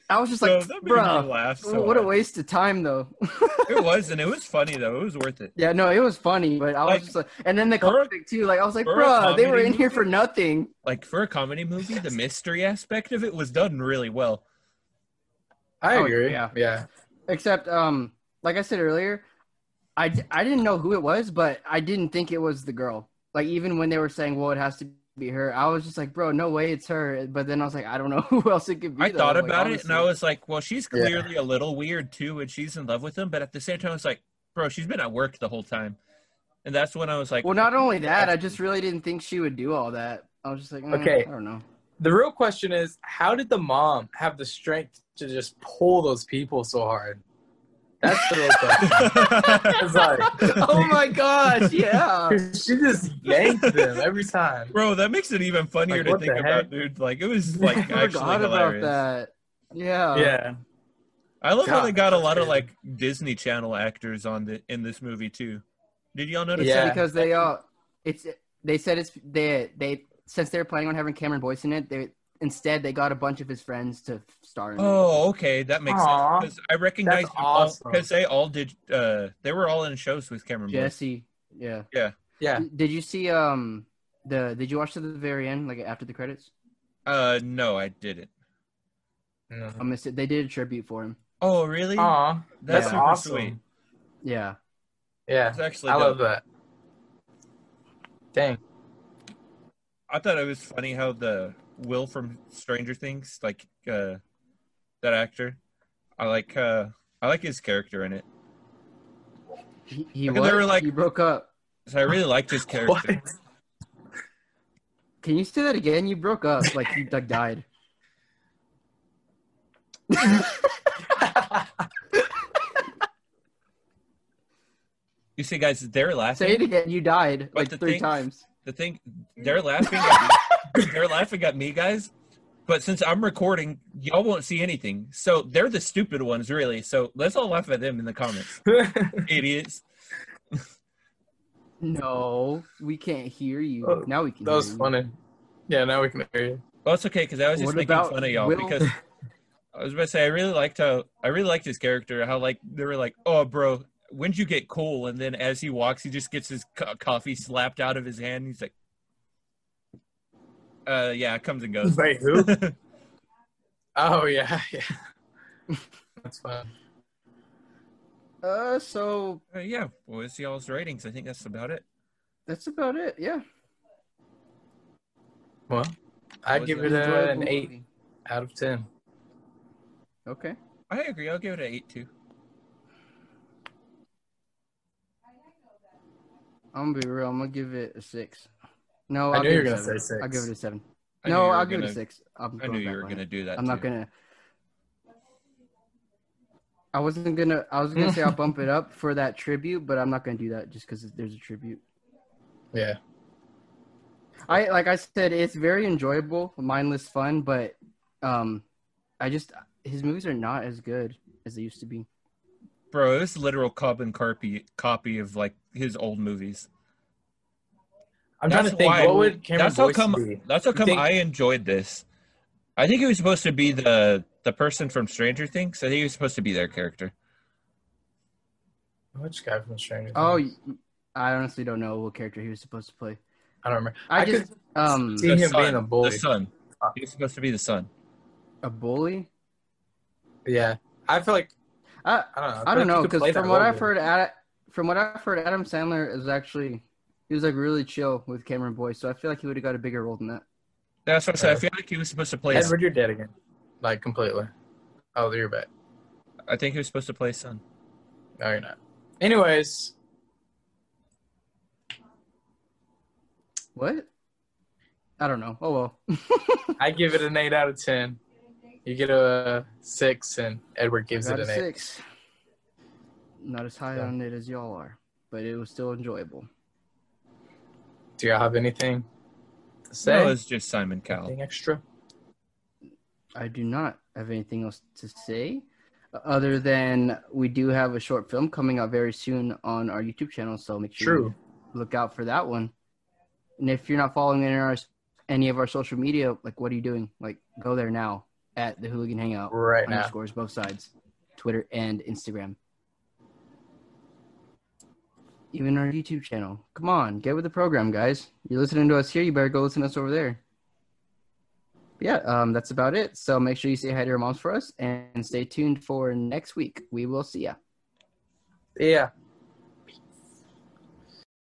Speaker 1: I was just
Speaker 3: So
Speaker 1: like,
Speaker 3: that made me
Speaker 1: bro,
Speaker 3: laugh. So
Speaker 1: what a
Speaker 3: hard.
Speaker 1: waste of time though.
Speaker 3: It was, and it was funny, though. It was worth it.
Speaker 1: yeah, no, it was funny, but I was
Speaker 3: Like,
Speaker 1: just like, and then the
Speaker 3: for a-
Speaker 1: conflict too. Like I was like,
Speaker 3: for a
Speaker 1: bro, they were
Speaker 3: comedy
Speaker 1: in here for nothing.
Speaker 3: Like, for a comedy movie, the mystery aspect of it was done really well.
Speaker 2: I
Speaker 1: Oh,
Speaker 2: agree.
Speaker 1: yeah.
Speaker 2: yeah.
Speaker 1: except um like i said earlier i i didn't know who it was but i didn't think it was the girl like even when they were saying well it has to be her i was just like bro no way it's her but then i was like i don't know who else it could be
Speaker 3: I
Speaker 1: though,
Speaker 3: thought
Speaker 1: like,
Speaker 3: about it and I
Speaker 1: honestly.
Speaker 3: was like, well, she's
Speaker 2: Yeah.
Speaker 3: clearly a little weird too, and she's in love with him. But at the same time, I was like, bro, she's been at work the whole time. And that's when I was like,
Speaker 1: well not only that i just really didn't think she would do all that i was just like mm,
Speaker 2: Okay.
Speaker 1: i don't know
Speaker 2: The real question is, how did the mom have the strength to just pull those people so hard? That's the real question. It's like,
Speaker 1: oh my gosh yeah
Speaker 2: she just yanked them every time.
Speaker 3: bro, that makes it even funnier
Speaker 2: Like,
Speaker 3: to
Speaker 2: what the
Speaker 3: think
Speaker 2: heck?
Speaker 3: about, dude. Like, it was like
Speaker 1: i
Speaker 3: actually
Speaker 1: forgot about
Speaker 3: hilarious.
Speaker 1: that yeah
Speaker 2: Yeah.
Speaker 3: I love how they
Speaker 2: God,
Speaker 3: got a
Speaker 2: that's
Speaker 3: lot of
Speaker 2: crazy.
Speaker 3: like Disney Channel actors on the in this movie too. Did y'all notice?
Speaker 1: yeah.
Speaker 2: Yeah.
Speaker 1: because they uh it's they said it's they they since they're planning on having Cameron Boyce in it, they instead they got a bunch of his friends to star in.
Speaker 3: That?
Speaker 1: it.
Speaker 3: Oh, okay, that makes
Speaker 2: Aw,
Speaker 3: sense. 'Cause I recognize
Speaker 2: that's
Speaker 3: them all
Speaker 2: awesome.
Speaker 3: because they all did. Uh, they were all in shows with Cameron. Boyce.
Speaker 1: Jesse, yeah.
Speaker 2: Yeah.
Speaker 1: D- Did you see um the did you watch to the very end like after the credits?
Speaker 3: Uh, no, I didn't.
Speaker 1: I missed it. They did a tribute for him.
Speaker 3: Oh, really?
Speaker 2: Aw, that's
Speaker 3: That's super
Speaker 2: awesome.
Speaker 3: sweet.
Speaker 1: Yeah.
Speaker 2: Yeah.
Speaker 3: It's actually
Speaker 2: I
Speaker 3: dope.
Speaker 2: love that. Dang.
Speaker 3: I thought it was funny how the Will from Stranger Things, like uh, that actor, I like uh, I like his character in it.
Speaker 1: He, he
Speaker 3: Like, they
Speaker 1: what?
Speaker 3: were like-
Speaker 1: you broke up.
Speaker 3: So I really liked his character.
Speaker 1: Can you say that again? You broke up. Like you like, died.
Speaker 3: You see, guys, they're laughing.
Speaker 1: Say it again. You died
Speaker 3: But
Speaker 1: like
Speaker 3: the
Speaker 1: three
Speaker 3: thing-
Speaker 1: times.
Speaker 3: the thing they're laughing at me. they're laughing at me guys but since i'm recording y'all won't see anything so they're the stupid ones really so let's all laugh at them in the comments idiots
Speaker 1: No, we can't hear you.
Speaker 2: Oh,
Speaker 1: now we can.
Speaker 2: That
Speaker 1: hear
Speaker 2: was
Speaker 1: you.
Speaker 2: funny. Yeah, now we can hear you.
Speaker 3: well it's okay because i was just
Speaker 1: What
Speaker 3: making
Speaker 1: about
Speaker 3: fun of y'all
Speaker 1: Will?
Speaker 3: because i was about to say i really liked how i really liked his character how like they were like oh bro when'd you get cool and then as he walks he just gets his co- coffee slapped out of his hand and he's like uh yeah it comes and goes
Speaker 2: Wait, who? Oh yeah, yeah. That's fun.
Speaker 1: Uh, so
Speaker 3: Uh, yeah, well, it's y'all's ratings. I think that's about it.
Speaker 1: that's about it. Yeah.
Speaker 2: Well, I
Speaker 3: Was
Speaker 2: give
Speaker 3: it
Speaker 2: it a,
Speaker 1: Enjoyable
Speaker 2: an eight
Speaker 1: movie.
Speaker 2: out of ten.
Speaker 1: Okay.
Speaker 3: I agree. I'll give it an eight too.
Speaker 1: I'm gonna be real. I'm gonna give it a six. No,
Speaker 2: I
Speaker 1: I'll
Speaker 2: knew
Speaker 1: give
Speaker 2: you were
Speaker 1: it
Speaker 2: gonna
Speaker 1: seven.
Speaker 2: say
Speaker 1: I'll give
Speaker 2: six.
Speaker 1: it a seven.
Speaker 3: I knew
Speaker 1: no,
Speaker 3: you were
Speaker 1: I'll give it
Speaker 3: gonna-
Speaker 1: a six. I'm
Speaker 3: I
Speaker 1: going
Speaker 3: knew you
Speaker 1: back
Speaker 3: were
Speaker 1: on
Speaker 3: going to
Speaker 1: it.
Speaker 3: do that.
Speaker 1: I'm not
Speaker 3: too.
Speaker 1: gonna. I wasn't gonna. I was gonna say I'll bump it up for that tribute, but I'm not gonna do that just because there's a tribute.
Speaker 2: Yeah.
Speaker 1: I like I said, it's very enjoyable, mindless fun, but um, I just his movies are not as good as they used to be.
Speaker 3: Bro, this literal carbon copy copy of like his old movies.
Speaker 2: I'm trying
Speaker 3: That's
Speaker 2: to think
Speaker 3: why-
Speaker 2: what would Cameron
Speaker 3: that's how
Speaker 2: Boyce
Speaker 3: come-
Speaker 2: be?
Speaker 3: That's how come
Speaker 2: think-
Speaker 3: I enjoyed this. I think he was supposed to be the the person from Stranger Things. I think he was supposed to be their character.
Speaker 2: Which guy from Stranger?
Speaker 1: Oh,
Speaker 2: Things?
Speaker 1: I honestly don't know what character he was supposed to play.
Speaker 2: I don't remember.
Speaker 1: I
Speaker 2: I,
Speaker 1: just-
Speaker 2: could
Speaker 1: Um,
Speaker 2: see him
Speaker 3: son,
Speaker 2: being a bully.
Speaker 3: The son. He was supposed to be the son.
Speaker 1: a bully.
Speaker 2: Yeah, I feel like
Speaker 1: I
Speaker 2: I don't know.
Speaker 1: I
Speaker 2: feel
Speaker 1: don't
Speaker 2: like
Speaker 1: know
Speaker 2: you could play
Speaker 1: because
Speaker 2: that
Speaker 1: from what
Speaker 2: role
Speaker 1: I've
Speaker 2: good.
Speaker 1: heard, Ad, from what I've heard, Adam Sandler is actually he was like really chill with Cameron Boyce, so I feel like he would have got a bigger role than that.
Speaker 3: That's what I said. I feel like he was supposed to play.
Speaker 2: Edward, you're dead again, like completely. Oh, you're back.
Speaker 3: I think he was supposed to play son.
Speaker 2: No, you're not. Anyways,
Speaker 1: What? I don't know. Oh well.
Speaker 2: I give it an eight out of ten. You get a six, and Edward gives
Speaker 1: Got
Speaker 2: it
Speaker 1: a
Speaker 2: an eight.
Speaker 1: six. Not as high
Speaker 2: Yeah.
Speaker 1: on it as y'all are, but it was still enjoyable.
Speaker 2: Do y'all have anything to say?
Speaker 3: No, it was just Simon Cowell.
Speaker 2: anything extra?
Speaker 1: I do not have anything else to say other than we do have a short film coming out very soon on our YouTube channel, so make sure
Speaker 2: True.
Speaker 1: you look out for that one. And if you're not following any of our, any of our social media, like what are you doing? Like go there now at the Hooligan Hangout
Speaker 2: Right now.
Speaker 1: underscores both sides, Twitter and Instagram. Even our YouTube channel. Come on, get with the program, guys. You're listening to us here. You better go listen to us over there. But yeah, um, that's about it. So make sure you say hi to your moms for us and stay tuned for next week. We will see ya.
Speaker 2: Yeah.